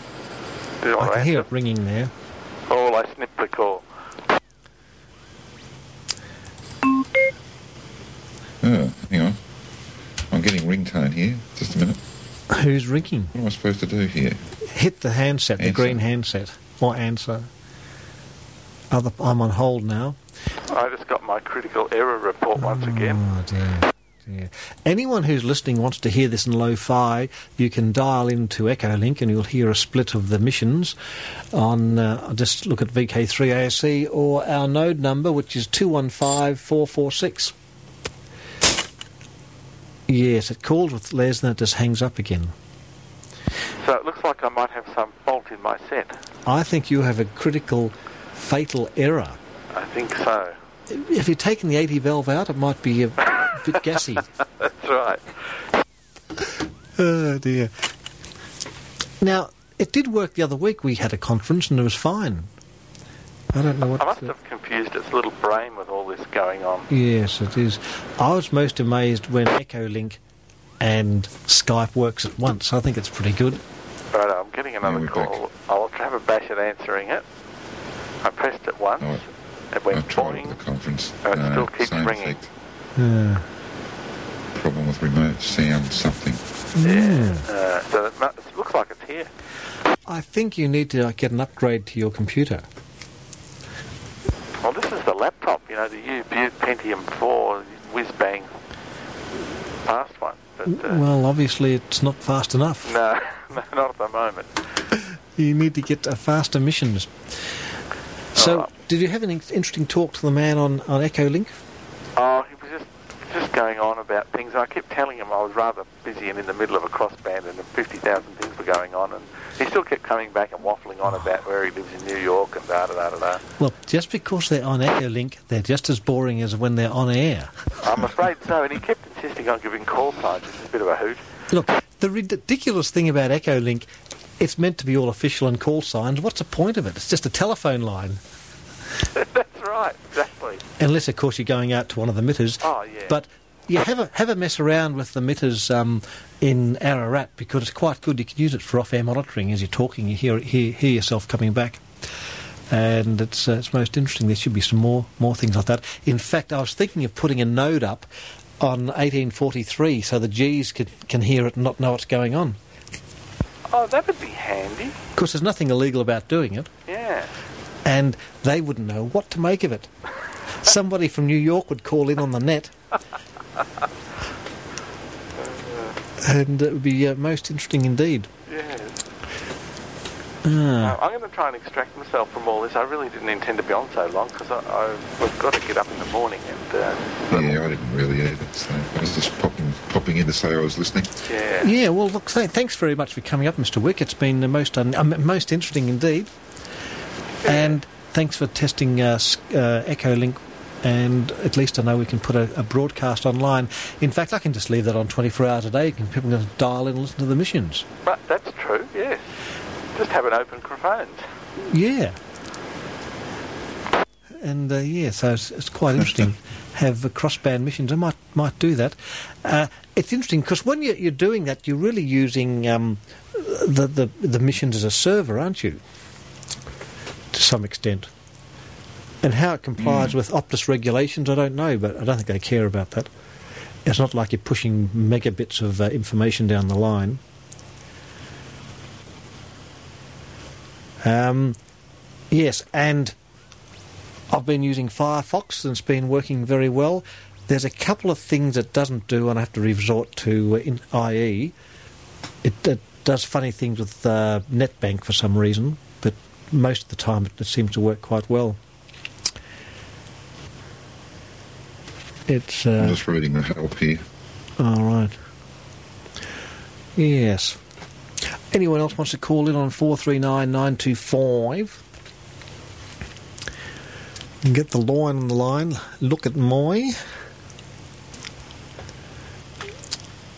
Do you I want to can hear answer? it ringing there. Oh, I snipped the call. Oh, hang on. I'm getting ringtone here. Just a minute. Who's ringing? What am I supposed to do here? Hit the handset, the Answer. green handset, or answer. Other, I'm on hold now. I just got my critical error report once again. Oh dear. dear. Anyone who's listening wants to hear this in lo-fi, you can dial into Echolink and you'll hear a split of the missions on uh, just look at VK3ASC E or our node number which is 215446. Yes, it calls with Les and it just hangs up again. So it looks like I might have some fault in my set. I think you have a critical fatal error. I think so. If you're taking the 80 valve out, it might be a bit gassy. That's right. Oh dear. Now it did work the other week. We had a conference and it was fine. I don't know what. I must have confused its little brain with all this going on. Yes, it is. I was most amazed when EchoLink and Skype works at once. I think it's pretty good. Right, I'm getting another we're back. call. I'll have a bash at answering it. I pressed it once. Oh, It I went tried it at boing. the conference. Uh, it still keeps same ringing. effect. Yeah. Problem with remote sound something. yeah. Uh, so it, mu- it looks like it's here. I think you need to like, get an upgrade to your computer. Well, this is the laptop, you know, the U Pentium 4 whiz bang past one. But, uh, Well, obviously it's not fast enough. no, [laughs] no, not at the moment. You need to get a faster mission. So, Oh. did you have an in- interesting talk to the man on, on Echolink? Oh, he was just just going on about things, and I kept telling him I was rather busy and in the middle of a crossband, and 50,000 things were going on, and he still kept coming back and waffling on about where he lives in New York and da da da da. da. Well, just because they're on Echolink, they're just as boring as when they're on air. I'm afraid so, and he kept insisting on giving call times. It's a bit of a hoot. Look, the ridiculous thing about Echolink, it's meant to be all official and call signs. What's the point of it? It's just a telephone line. That's right, exactly. Unless, of course, you're going out to one of the mitters. Oh, yeah. But you have a, have a mess around with the mitters um, in Ararat because it's quite good. You can use it for off air monitoring. As you're talking, you hear, hear, hear yourself coming back. And it's, uh, it's most interesting. There should be some more, more things like that. In fact, I was thinking of putting a node up on 1843 so the G's could, can hear it and not know what's going on. Oh, that would be handy. Of course, there's nothing illegal about doing it, Yeah. and they wouldn't know what to make of it. Somebody from New York would call in on the net, and it would be uh, most interesting indeed. Yes. Uh, I'm going to try and extract myself from all this. I really didn't intend to be on so long because I've got to get up in the morning and uh, Yeah, I didn't really either. So I was just popping popping in to say I was listening. yeah. Yeah, well, look, th- thanks very much for coming up, Mr. Wick. It's been the most un- um, most interesting indeed, and thanks for testing uh, s- uh, EchoLink. And at least I know we can put a, a broadcast online. In fact, I can just leave that on 24 hours a day. You can, people can dial in and listen to the missions. But that's true. Yes. Just have an open phone. Yeah. And uh, yeah, so it's, it's quite interesting. Have uh, crossband missions. I might might do that. Uh, it's interesting because when you're, you're doing that, you're really using um, the, the the missions as a server, aren't you? To some extent. And how it complies with Optus regulations, I don't know, but I don't think they care about that. It's not like you're pushing megabits of uh, information down the line. Um, yes, and I've been using Firefox and it's been working very well. There's a couple of things it doesn't do, and I have to resort to uh, in IE. It, it does funny things with uh, NetBank for some reason, but most of the time it, it seems to work quite well. It's I'm uh, just reading the help here. all right. Yes. Anyone else wants to call in on 439-925? And Get the line on the line. Look at Moy.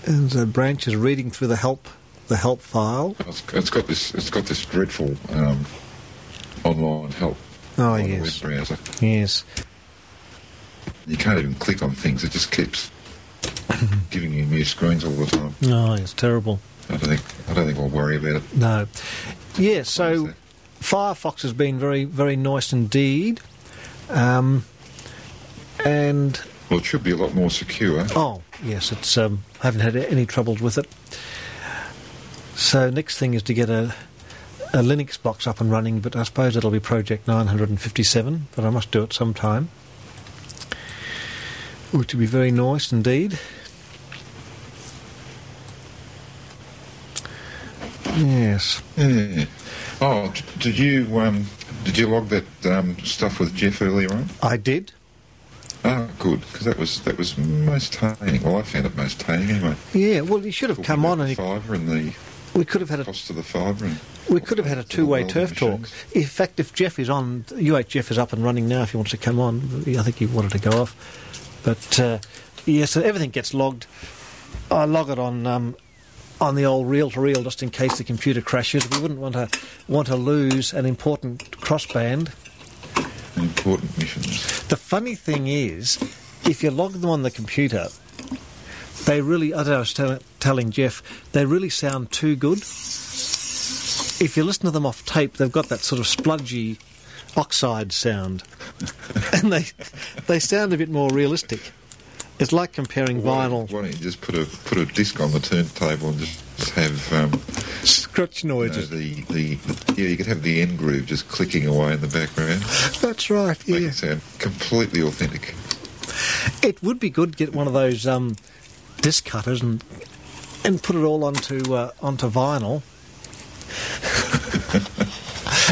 And the branch is reading through the help the help file. It's, it's got this. It's got this dreadful um, online help Oh on yes. the web browser. Yes. You can't even click on things. It just [laughs] keeps giving you new screens all the time. Oh, it's terrible. I don't think. I don't think I'll worry about it. No. Yeah, so Honestly. Firefox has been very very nice indeed. Um and Well, it should be a lot more secure. Oh, yes, it's. Um, I haven't had any troubles with it. So next thing is to get a a Linux box up and running, but I suppose it'll be Project 957. But I must do it sometime, which would be very nice indeed. Yes. Yeah. Oh, d- did you um, did you log that um, stuff with Jeff earlier on? I did. Ah, good, because that was that was most tame. Well, I found it most tame anyway. Yeah. Well, you should have come on, and you- fibre and the we could have had a cost of the fibre and we could have had a the two-way welding turf talk. machines. In fact, if Jeff is on, UH Jeff is up and running now. If he wants to come on, I think he wanted to go off. But uh, yeah, so everything gets logged. I log it on um, on the old reel-to-reel just in case the computer crashes. We wouldn't want to want to lose an important crossband. important missions. The funny thing is, if you log them on the computer, they really, as I was tell- telling Jeff, they really sound too good. If you listen to them off tape, they've got that sort of spludgy [laughs] oxide sound. and they, they sound a bit more realistic. It's like comparing vinyl Why don't you just put a put a disc on the turntable and just have um, scratch you know, noises. the, the yeah you could have the end groove just clicking away in the background, That's right. make Yeah, it sound completely authentic. it would be good to get one of those um, disc cutters and and put it all onto uh, onto vinyl. [laughs]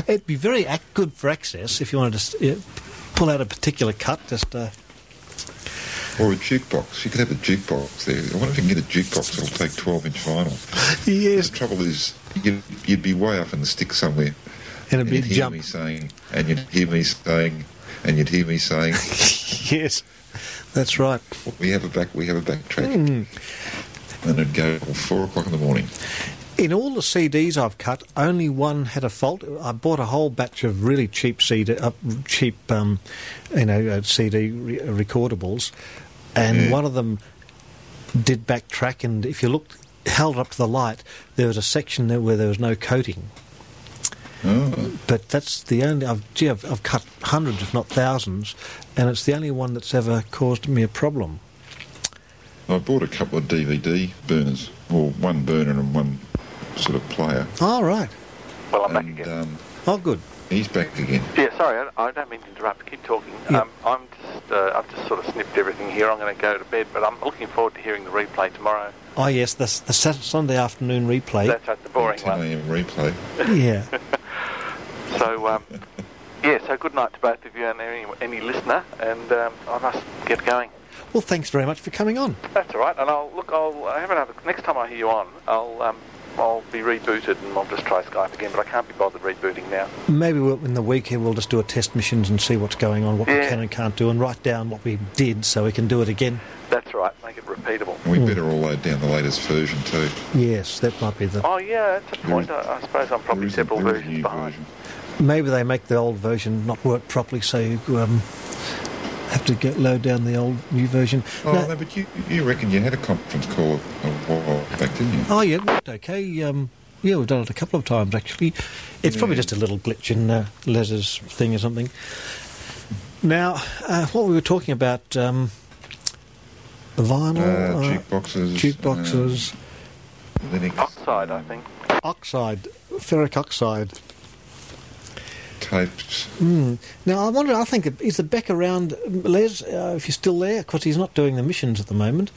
It'd be very ac- good for access if you wanted to s- yeah, pull out a particular cut. Just uh, Or a jukebox. You could have a jukebox there. I wonder if you can get a jukebox that'll take 12 inch vinyl. yes, The trouble is, you'd, you'd be way up in the stick somewhere. and a and big you'd hear jump. me saying, and you'd hear me saying, and you'd hear me saying, [laughs] Yes, that's right. we have a back, we have a back track. Hmm. And it'd go till 4 o'clock in the morning. In all the CDs I've cut, only one had a fault. I bought a whole batch of really cheap CD, uh, cheap, um, you know, uh, CD re- recordables, and one of them did backtrack. And if you looked, held up to the light, there was a section there where there was no coating. But that's the only I've, gee, I've I've cut hundreds, if not thousands, and it's the only one that's ever caused me a problem. I bought a couple of DVD burners, or one burner and one sort of player. All right, Well, I'm back and again. um, oh good. he's back again. Yeah, sorry, I, I don't mean to interrupt. Keep talking. Yeah. Um, I'm just, uh, I've just sort of snipped everything here. I'm going to go to bed, but I'm looking forward to hearing the replay tomorrow. Oh yes, the, s- the Sat- Sunday afternoon replay. That's right, the boring 10 one. a.m. replay. yeah. So, [laughs] um, yeah, so good night to both of you and any, any listener, and um, I must get going. Well, thanks very much for coming on. That's all right, and I'll look. I'll have another. Next time I hear you on, I'll um, I'll be rebooted and I'll just try Skype again. But I can't be bothered rebooting now. Maybe we'll, in the week here we'll just do a test missions and see what's going on, what we Yeah. can and can't do, and write down what we did so we can do it again. That's all right. Make it repeatable. And we better all load down the latest version too. Yes, that might be the. Oh yeah, that's a point. I, I suppose There I'm probably is a- several there is a versions new behind. version. Maybe they make the old version not work properly, so you um, have to get load down the old new version. Oh, No- no, but you, you reckon you had a conference call a while back, didn't you? oh yeah, it worked okay. Um, yeah, we've done it a couple of times actually. It's probably Yeah. just a little glitch in uh, letters thing or something. Now, uh, what we were talking about, um, vinyl, Uh, uh, jukeboxes. jukeboxes, uh, Linux. Oxide, I think. oxide, ferric oxide. Tapes. Now, I wonder, I think, is the Beck around, Les, uh, if you're still there? Because he's not doing the missions at the moment.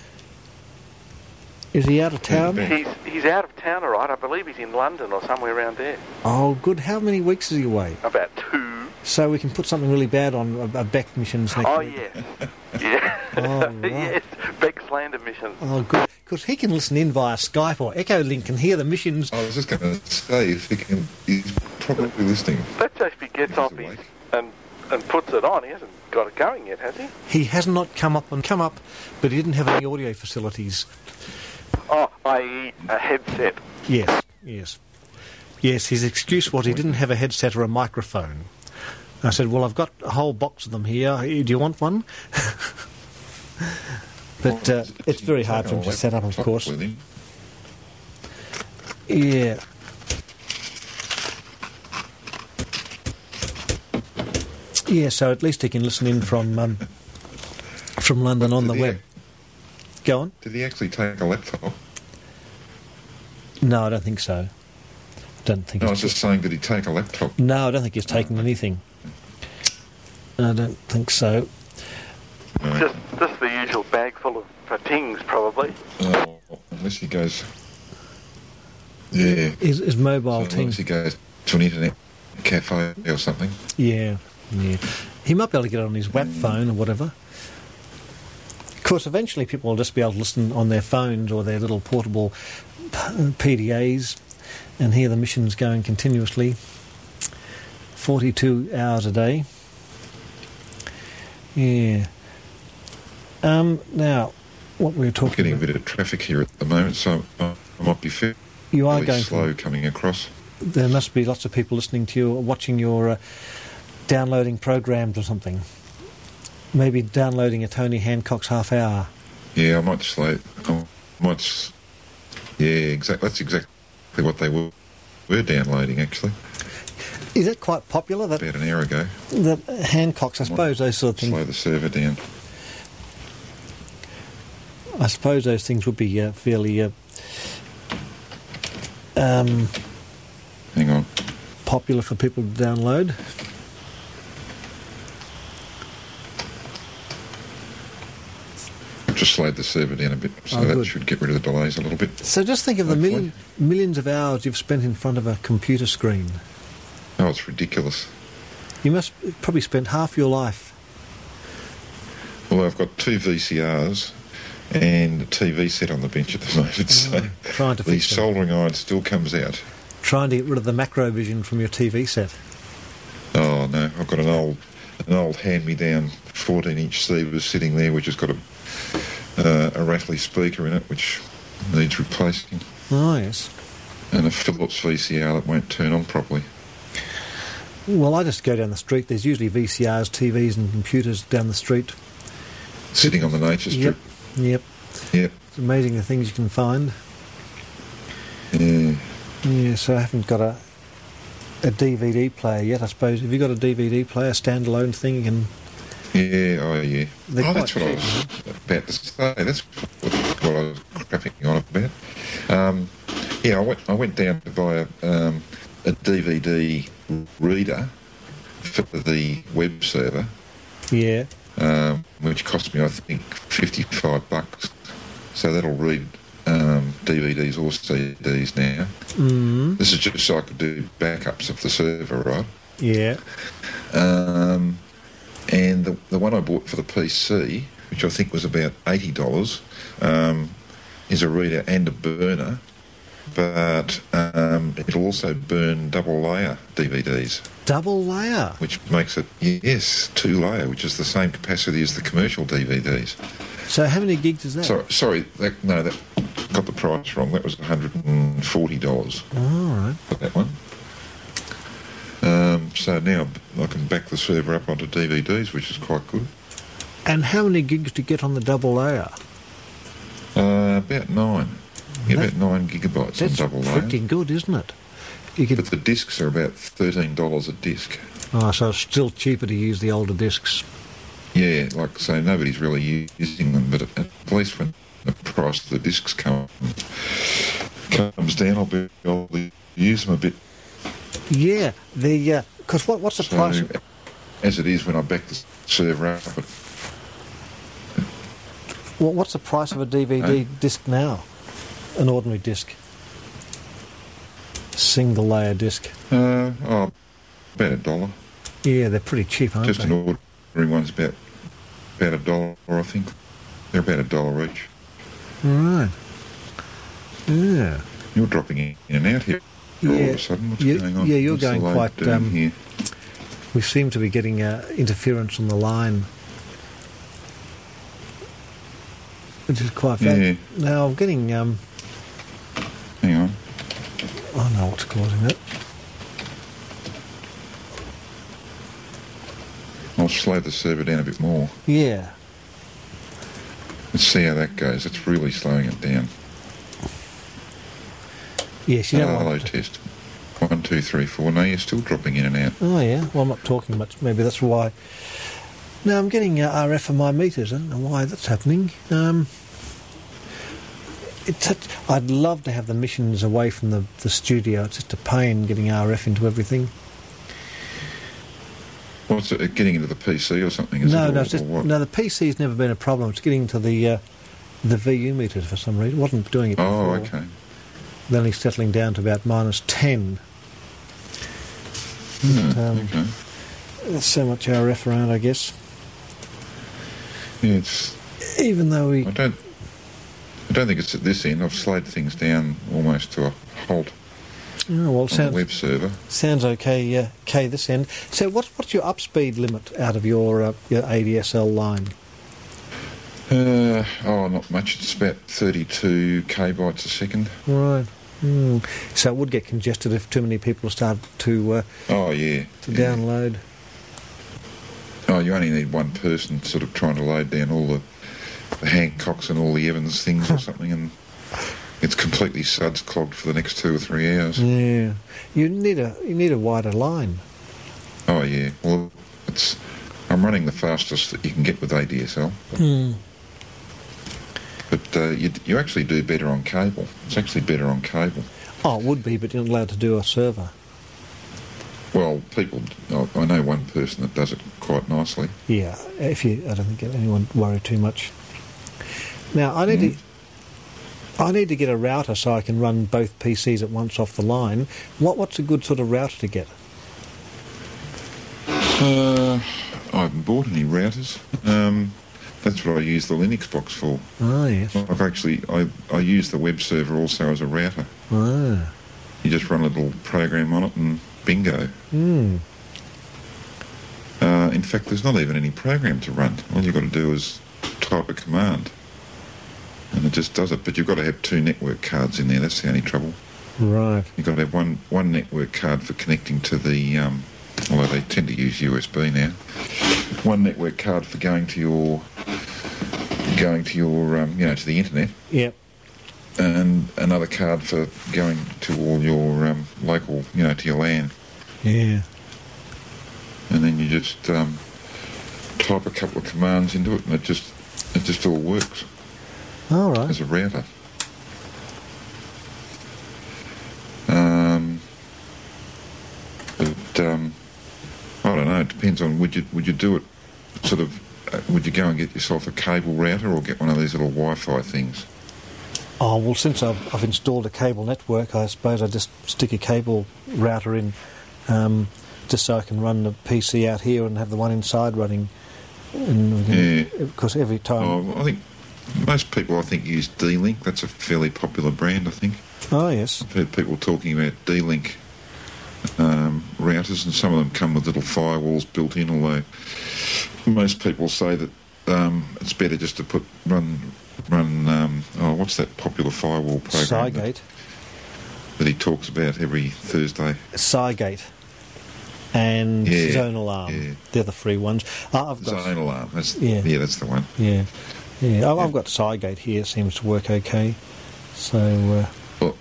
Is he out of town? Beck. He's he's out of town, all right. I believe he's in London or somewhere around there. Oh, good. How many weeks is he away? About two. So we can put something really bad on uh, uh, Beck missions next Oh week. yes, [laughs] yeah, [laughs] All right. yes. Beck slander missions. Oh, good. Because he can listen in via Skype or Echo Link and hear the missions. I was just going to say, if he can, he's probably listening. That JP gets He's off his awake. and and puts it on. He hasn't got it going yet, has he? He has not come up and come up, but he didn't have any audio facilities. Oh, i.e. a headset. Yes, yes. Yes, his excuse was he didn't have a headset or a microphone. I said, Well, I've got a whole box of them here. Eh, Do you want one? [laughs] but uh, it's very hard for him to set up, of course. With him. Yeah. Yeah, so at least he can listen in from um, from London on the Did he- web. Go on. Did he actually take a laptop? No, I don't think so. Don't think. No, I it's was just saying, did he take a laptop? No, I don't think he's taking anything. I don't think so. No. Just just the usual bag full of uh, tings, probably. No, Uh, unless he goes. Yeah. His, his mobile team. Unless he goes to an internet cafe or something. Yeah, yeah. He might be able to get it on his WAP phone or whatever. Of course, eventually people will just be able to listen on their phones or their little portable p- PDAs and hear the missions going continuously 42 hours a day. Yeah. Um, now, what we were We're talking getting a about. bit of traffic here at the moment, so I I might be fairly You are going for- slow coming across. There must be lots of people listening to you or watching your uh, downloading programs or something. Maybe downloading a Tony Hancock's half hour. Yeah, I might slow. I might. s- Yeah, exactly. That's exactly what they were were downloading actually Is that quite popular? That, about an hour ago. that Hancock's, I suppose, those sort of Slow things. the server down. I suppose those things would be uh, fairly uh, um, Hang on. popular for people to download. I've just slowed the server down a bit, so Oh, that good. should get rid of the delays a little bit. So just think of the Hopefully. million, millions of hours you've spent in front of a computer screen. Oh, it's ridiculous. You must probably spend half your life. Well, I've got two VCRs and a TV set on the bench at the [laughs] moment, so trying to the fix them. soldering iron still comes out. Trying to get rid of the macro vision from your TV set. Oh no, I've got an old, an old hand-me-down 14-inch Seaver sitting there, which has got a uh, a rattly speaker in it, which needs replacing, Oh, yes. and a Philips VCR that won't turn on properly. Well, I just go down the street. There's usually VCRs, TVs, and computers down the street. Sitting on the nature strip. Yep. Yep. It's amazing the things you can find. Yeah. Yeah, so I haven't got a a DVD player yet, I suppose. Have you got a DVD player, standalone thing? You can Yeah, oh yeah. They're oh, that's quite what I was about to say. That's what, what I was crapping on about. Um, yeah, I went, I went down to buy a, um, a DVD reader for the web server, Yeah. um, which cost me, I think, 55 bucks. So that'll read um, DVDs or CDs now. Mm. This is just so I could do backups of the server, right? Yeah. Um, and the, the one I bought for the PC, which I think was about eighty dollars, um, is a reader and a burner, but um, it'll also burn double layer DVDs, Double layer. which makes it yes two layer, which is the same capacity as the commercial DVDs. So how many gigs is that? Sorry, sorry, that, no, that got the price wrong. That was one hundred and forty dollars All right. for that one. Um, so now I can back the server up onto DVDs, which is quite good. And how many gigs do you get on the double layer? Uh, about nine. Yeah, about nine gigabytes on That's double layer. freaking good, isn't it? You But could, the discs are about thirteen dollars a disc. oh, so it's still cheaper to use the older discs. Yeah, like so nobody's really u- using them, but at- at least when the price of the discs come, comes down, I'll be able to use them a bit. Yeah, the because what what's the price? So, as it is when I back the server up, but What, what's the price of a DVD disc now? An ordinary disc, single layer disc. uh, oh, about a dollar. Yeah, they're pretty cheap, aren't Just they? an ordinary one's about about a dollar, I think. They're about a dollar each. Right. Yeah. You're dropping in and out here. All of Yeah. a sudden, what's You- going on? yeah, you're What's the going load quite, doing um, here? We seem to be getting uh, interference on the line. Which is quite bad. Yeah. Now I'm getting um Hang on. I know what's causing it. I'll slow the server down a bit more. Yeah. Let's see how that goes. It's really slowing it down. Yes, you don't Uh, hello want test. One, two, three, four. No, you're still dropping in and out. Oh yeah. Well, I'm not talking much. Maybe that's why. Now I'm getting uh, RF on my meters. I don't know why that's happening. Um, it's such, I'd love to have the missions away from the, the studio. It's just a pain getting RF into everything. What's it, getting into the PC or something? Is no, it, no, or, it's just, or what? no. The PC's never been a problem. It's getting to the uh, the VU meters for some reason. It wasn't doing it. Oh, before. okay. They're only settling down to about minus ten. Hmm, um, okay. There's so much RF around, I guess. Yeah, it's. Even though we I don't. I don't think it's at this end. I've slowed things down almost to a halt oh, well, it on sounds the web server. Sounds okay, uh, K this end. So what's what's your upspeed limit out of your uh, your ADSL line? Uh, oh, not much. It's about 32 kbytes a second. Right. Hmm. So it would get congested if too many people start to uh, Oh, yeah. to yeah. download. Oh, you only need one person sort of trying to load down all the, the Hancocks and all the Evans things or something, and it's completely suds clogged for the next two or three hours. Yeah. You need a you need a wider line. Oh yeah, well, it's I'm running the fastest that you can get with ADSL, Hmm. but uh, you, you actually do better on cable. It's actually better on cable. Oh, it would be, but you're not allowed to do a server. Well, people, I I know one person that does it quite nicely. Yeah, if you, I don't think anyone worry too much. Now I need to, I need to get a router so I can run both PCs at once off the line. What what's a good sort of router to get? Uh, I haven't bought any routers. Um, that's what I use the Linux box for. Ah, yes. I've actually, I, I use the web server also as a router. Ah, You just run a little program on it and bingo. hmm. Uh, in fact, there's not even any program to run. All you've got to do is type a command. And it just does it. But you've got to have two network cards in there. That's the only trouble. Right. You've got to have one, one network card for connecting to the, um, although they tend to use USB now. One network card for going to your, going to your, um, you know, to the internet, Yep. and another card for going to all your um, local, you know, to your LAN. Yeah. And then you just um, type a couple of commands into it, and it just, it just all works All right. as a router. Um, but um, I don't know. It depends on would you would you do it sort of uh, would you go and get yourself a cable router or get one of these little Wi-Fi things? Oh well, since I've, I've installed a cable network, I suppose I just stick a cable router in, um, just so I can run the PC out here and have the one inside running. And Yeah. Because every time. Oh, I think most people I think use D-Link. That's a fairly popular brand. I think oh yes. I've heard people talking about D-Link um, routers, and some of them come with little firewalls built in. Although most people say that um, it's better just to put run run um, oh what's that popular firewall program that, Cygate. that he talks about every Thursday? Cygate and Yeah, Zone Alarm. yeah. They're the free ones. I- I've got Zone alarm. That's, Yeah. yeah. that's the one. yeah, yeah. I- I've got Cygate here. Seems to work okay. So uh, Well,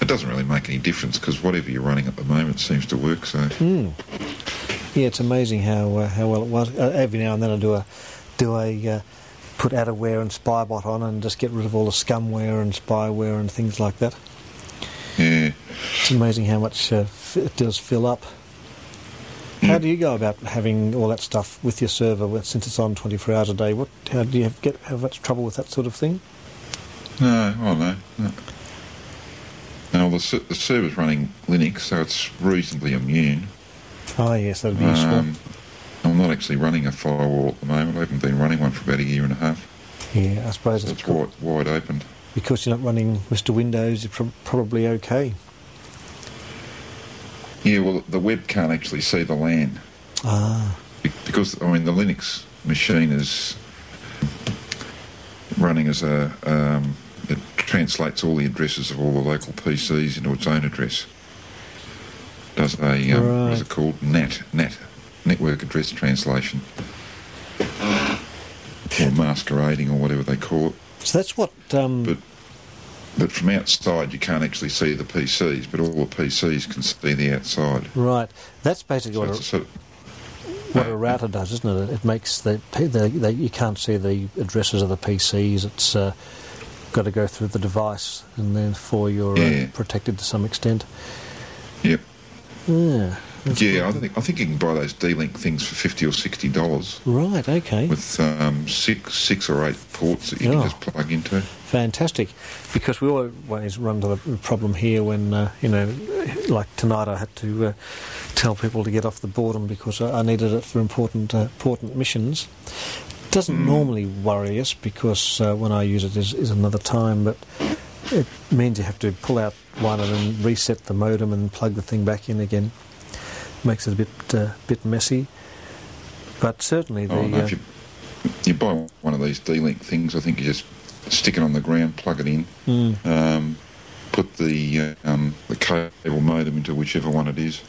it doesn't really make any difference because whatever you're running at the moment seems to work. So. yeah, it's amazing how uh, how well it was. Uh, every now and then I do a do a uh, put outerware and spybot on and just get rid of all the scumware and spyware and things like that. Yeah. It's amazing how much uh, f- it does fill up. How do you go about having all that stuff with your server when- since it's on 24 hours a day? What, how do you have, get have much trouble with that sort of thing? No, oh no. no. Now the, ser- the server's running Linux, so it's reasonably immune. Oh, yes, that'd be useful. Um, I'm not actually running a firewall at the moment. I haven't been running one for about a year and a half. yeah, I suppose So it's it's wide, wide open. because you're not running Mr. Windows, you're prob probably okay. Yeah, well, the web can't actually see the LAN Ah, be- because I mean the Linux machine is running as a. Um, it translates all the addresses of all the local PCs into its own address. Does a um, what's Right. it called NAT NAT network address translation or masquerading or whatever they call it. so that's what. Um, But- But from outside, you can't actually see the PCs, but all the PCs can see the outside. right, that's basically So what it's a a, sort of, what a router does, isn't it? It- It makes the, the, the you can't see the addresses of the PCs. It's uh, got to go through the device, and therefore you're Yeah. uh, protected to some extent. yep. Yeah. Yeah, I think I think you can buy those D-Link things for fifty or sixty dollars Right. Okay. with um, six six or eight ports that you Yeah. can just plug into. Fantastic. Because we always run into the problem here when uh, you know, like tonight, I had to uh, tell people to get off the boredom because I, I needed it for important uh, important missions. Doesn't Hmm. normally worry us because uh, when I use it is, is another time, but it means you have to pull out one and then reset the modem and plug the thing back in again. Makes it a bit uh, bit messy, but certainly the Oh, no, uh, if you you buy one of these D-Link things, I think you just stick it on the ground, plug it in, Mm. um, put the uh, um, the cable modem into whichever one it is,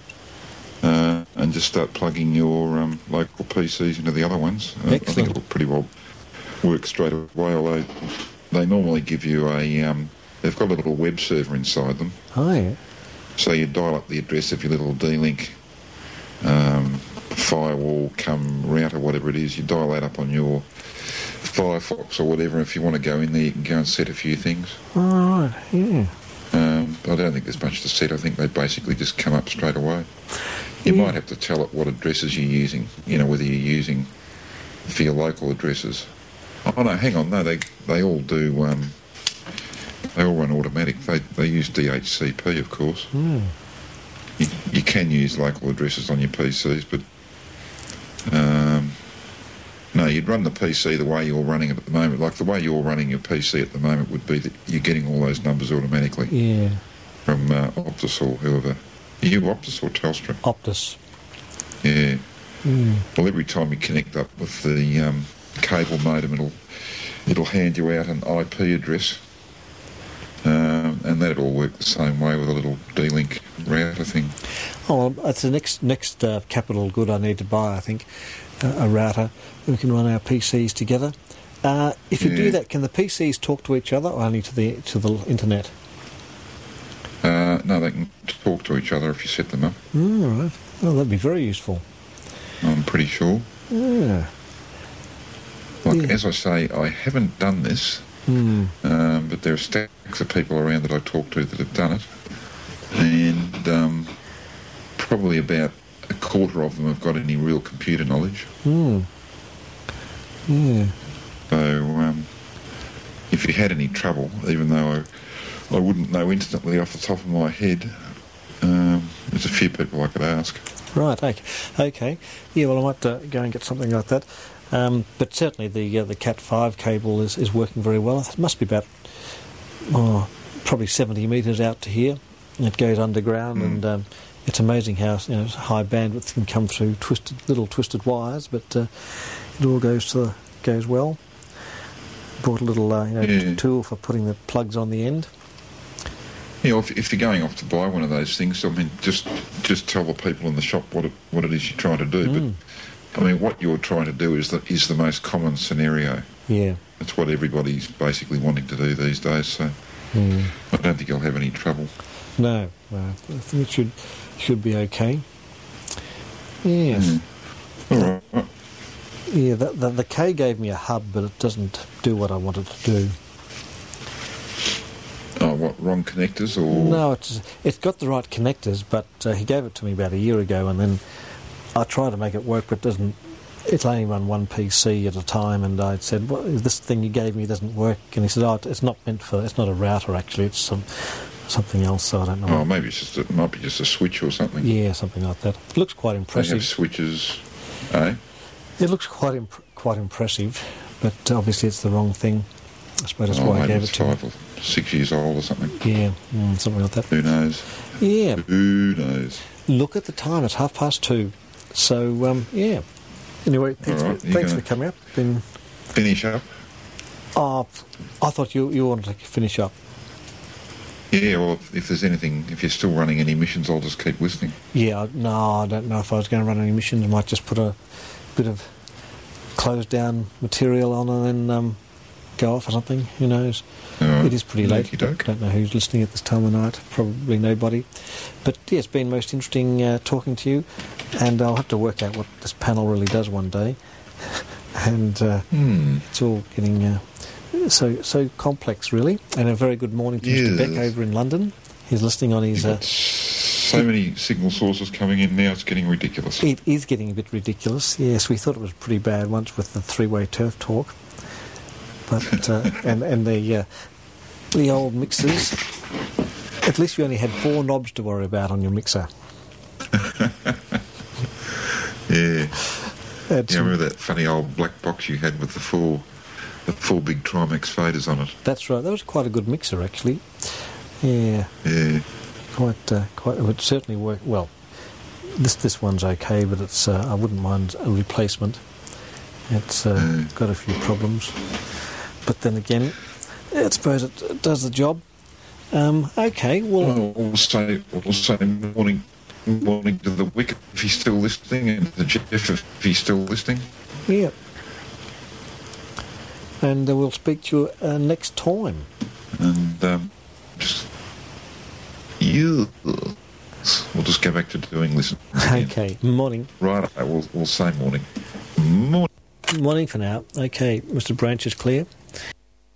uh, and just start plugging your um, local PCs into the other ones. Uh, I think Excellent. it'll pretty well work straight away. Although they normally give you a um, they've got a little web server inside them, oh, yeah. so you dial up the address of your little D-Link um, firewall, come router, whatever it is. You dial that up on your Firefox or whatever. If you want to go in there, you can go and set a few things. All right, yeah. Um, I don't think there's much to set. I think they basically just come up straight away. You Yeah. might have to tell it what addresses you're using. You know whether you're using for your local addresses. Oh no, hang on. No, they they all do. Um, they all run automatic. They they use DHCP, of course. Hmm. You, you can use local addresses on your PCs, but um, no, you'd run the PC the way you're running it at the moment. Like the way you're running your PC at the moment would be that you're getting all those numbers automatically Yeah, from uh, Optus or whoever. Are you Optus or Telstra? Optus. Yeah. Mm. Well, every time you connect up with the um, cable modem, it'll it'll hand you out an IP address, um, and that'll work the same way with a little D-Link router thing. Oh, well, that's the next next uh, capital good I need to buy. I think uh, a router that we can run our PCs together. Uh, if you do Yeah. that, can the PCs talk to each other or only to the to the internet? Uh, no, they can talk to each other if you set them up. Mm, all right. Well, that'd be very useful. I'm pretty sure. Yeah. Like Yeah. as I say, I haven't done this, Mm. um, but there are stacks of people around that I talk to that have done it, and um, probably about a quarter of them have got any real computer knowledge. Mm. Yeah. So um, if you had any trouble, even though I, I wouldn't know instantly off the top of my head, um, there's a few people I could ask. [laughs] Right. Okay. Okay. Yeah. Well, I might uh, go and get something like that. Um, but certainly the uh, the Cat Five cable is, is working very well. It must be about oh, probably seventy meters out to here. It goes underground, and um, it's amazing how you know, high bandwidth can come through twisted little twisted wires. But uh, it all goes to the, goes well. Bought a little uh, you know, Yeah. tool for putting the plugs on the end. You know, if, if you're going off to buy one of those things, I mean, just just tell the people in the shop what it, what it is you're trying to do. Mm. But I mean, what you're trying to do is the, is the most common scenario. Yeah. That's what everybody's basically wanting to do these days. So Mm. I don't think I'll have any trouble. No, no. I think it should should be okay. Yes. All right. Yeah, the, the, the K gave me a hub, but it doesn't do what I wanted to do. Oh, what wrong connectors or No, it's it's got the right connectors, but uh, he gave it to me about a year ago, and then I tried to make it work, but it doesn't. It's only run one PC at a time, and I said, "Well, this thing you gave me doesn't work." And he said, "Oh, it's not meant for. It's not a router actually. It's some something else. So I don't know. Oh, maybe it's just it might be just a switch or something. yeah, something like that. It looks quite They have impressive. switches. Eh? It looks quite imp- quite impressive, but obviously it's the wrong thing. I suppose that's oh, why I maybe gave it it's to him. five or six years old or something. Yeah, mm, something like that. Who knows? Yeah, Who knows? look at the time. It's half past two. So um, yeah. Anyway, thanks, All right, for, you thanks gonna- for coming up. Been, Finish up. oh, I thought you you wanted to finish up. Yeah, well, if, if there's anything, if you're still running any missions, I'll just keep listening. Yeah, I- no, I don't know if I was going to run any missions. I might just put a bit of closed down material on and then um, go off or something. Who knows? All right. It is pretty late. Okey-doke. Don't know who's listening at this time of night. Probably nobody. But yeah, it's been most interesting uh, talking to you, and I'll have to work out what this panel really does one day. [laughs] and uh, Hmm. it's all getting uh, so so complex, really. And a very good morning to Mr. Beck Yes. over in London. He's listening on his. You've Uh, got so many signal sources coming in now, it's getting ridiculous. it is getting a bit ridiculous. Yes, we thought it was pretty bad once with the three-way turf talk, but uh, and and the uh, the old mixers. At least you only had four knobs to worry about on your mixer. Yeah. That's, Yeah, remember that funny old black box you had with the four, the four big Trimax faders on it? that's right. That was quite a good mixer, actually. Yeah, Yeah. quite uh, quite. It would certainly work well. This this one's okay, but it's uh, I wouldn't mind a replacement. It's uh, Mm. got a few problems, but then again, I suppose it, it does the job. Um, okay, well, Well, we'll say, we'll say morning, morning to the wicket if he's still listening, and to Jeff if he's still listening. yeah, and uh, we'll speak to you uh, next time. And um, just you, we'll just go back to doing listen. Okay, morning. Right, we'll, we'll say morning. Morning. Morning for now. Okay, Mr. Branch is clear.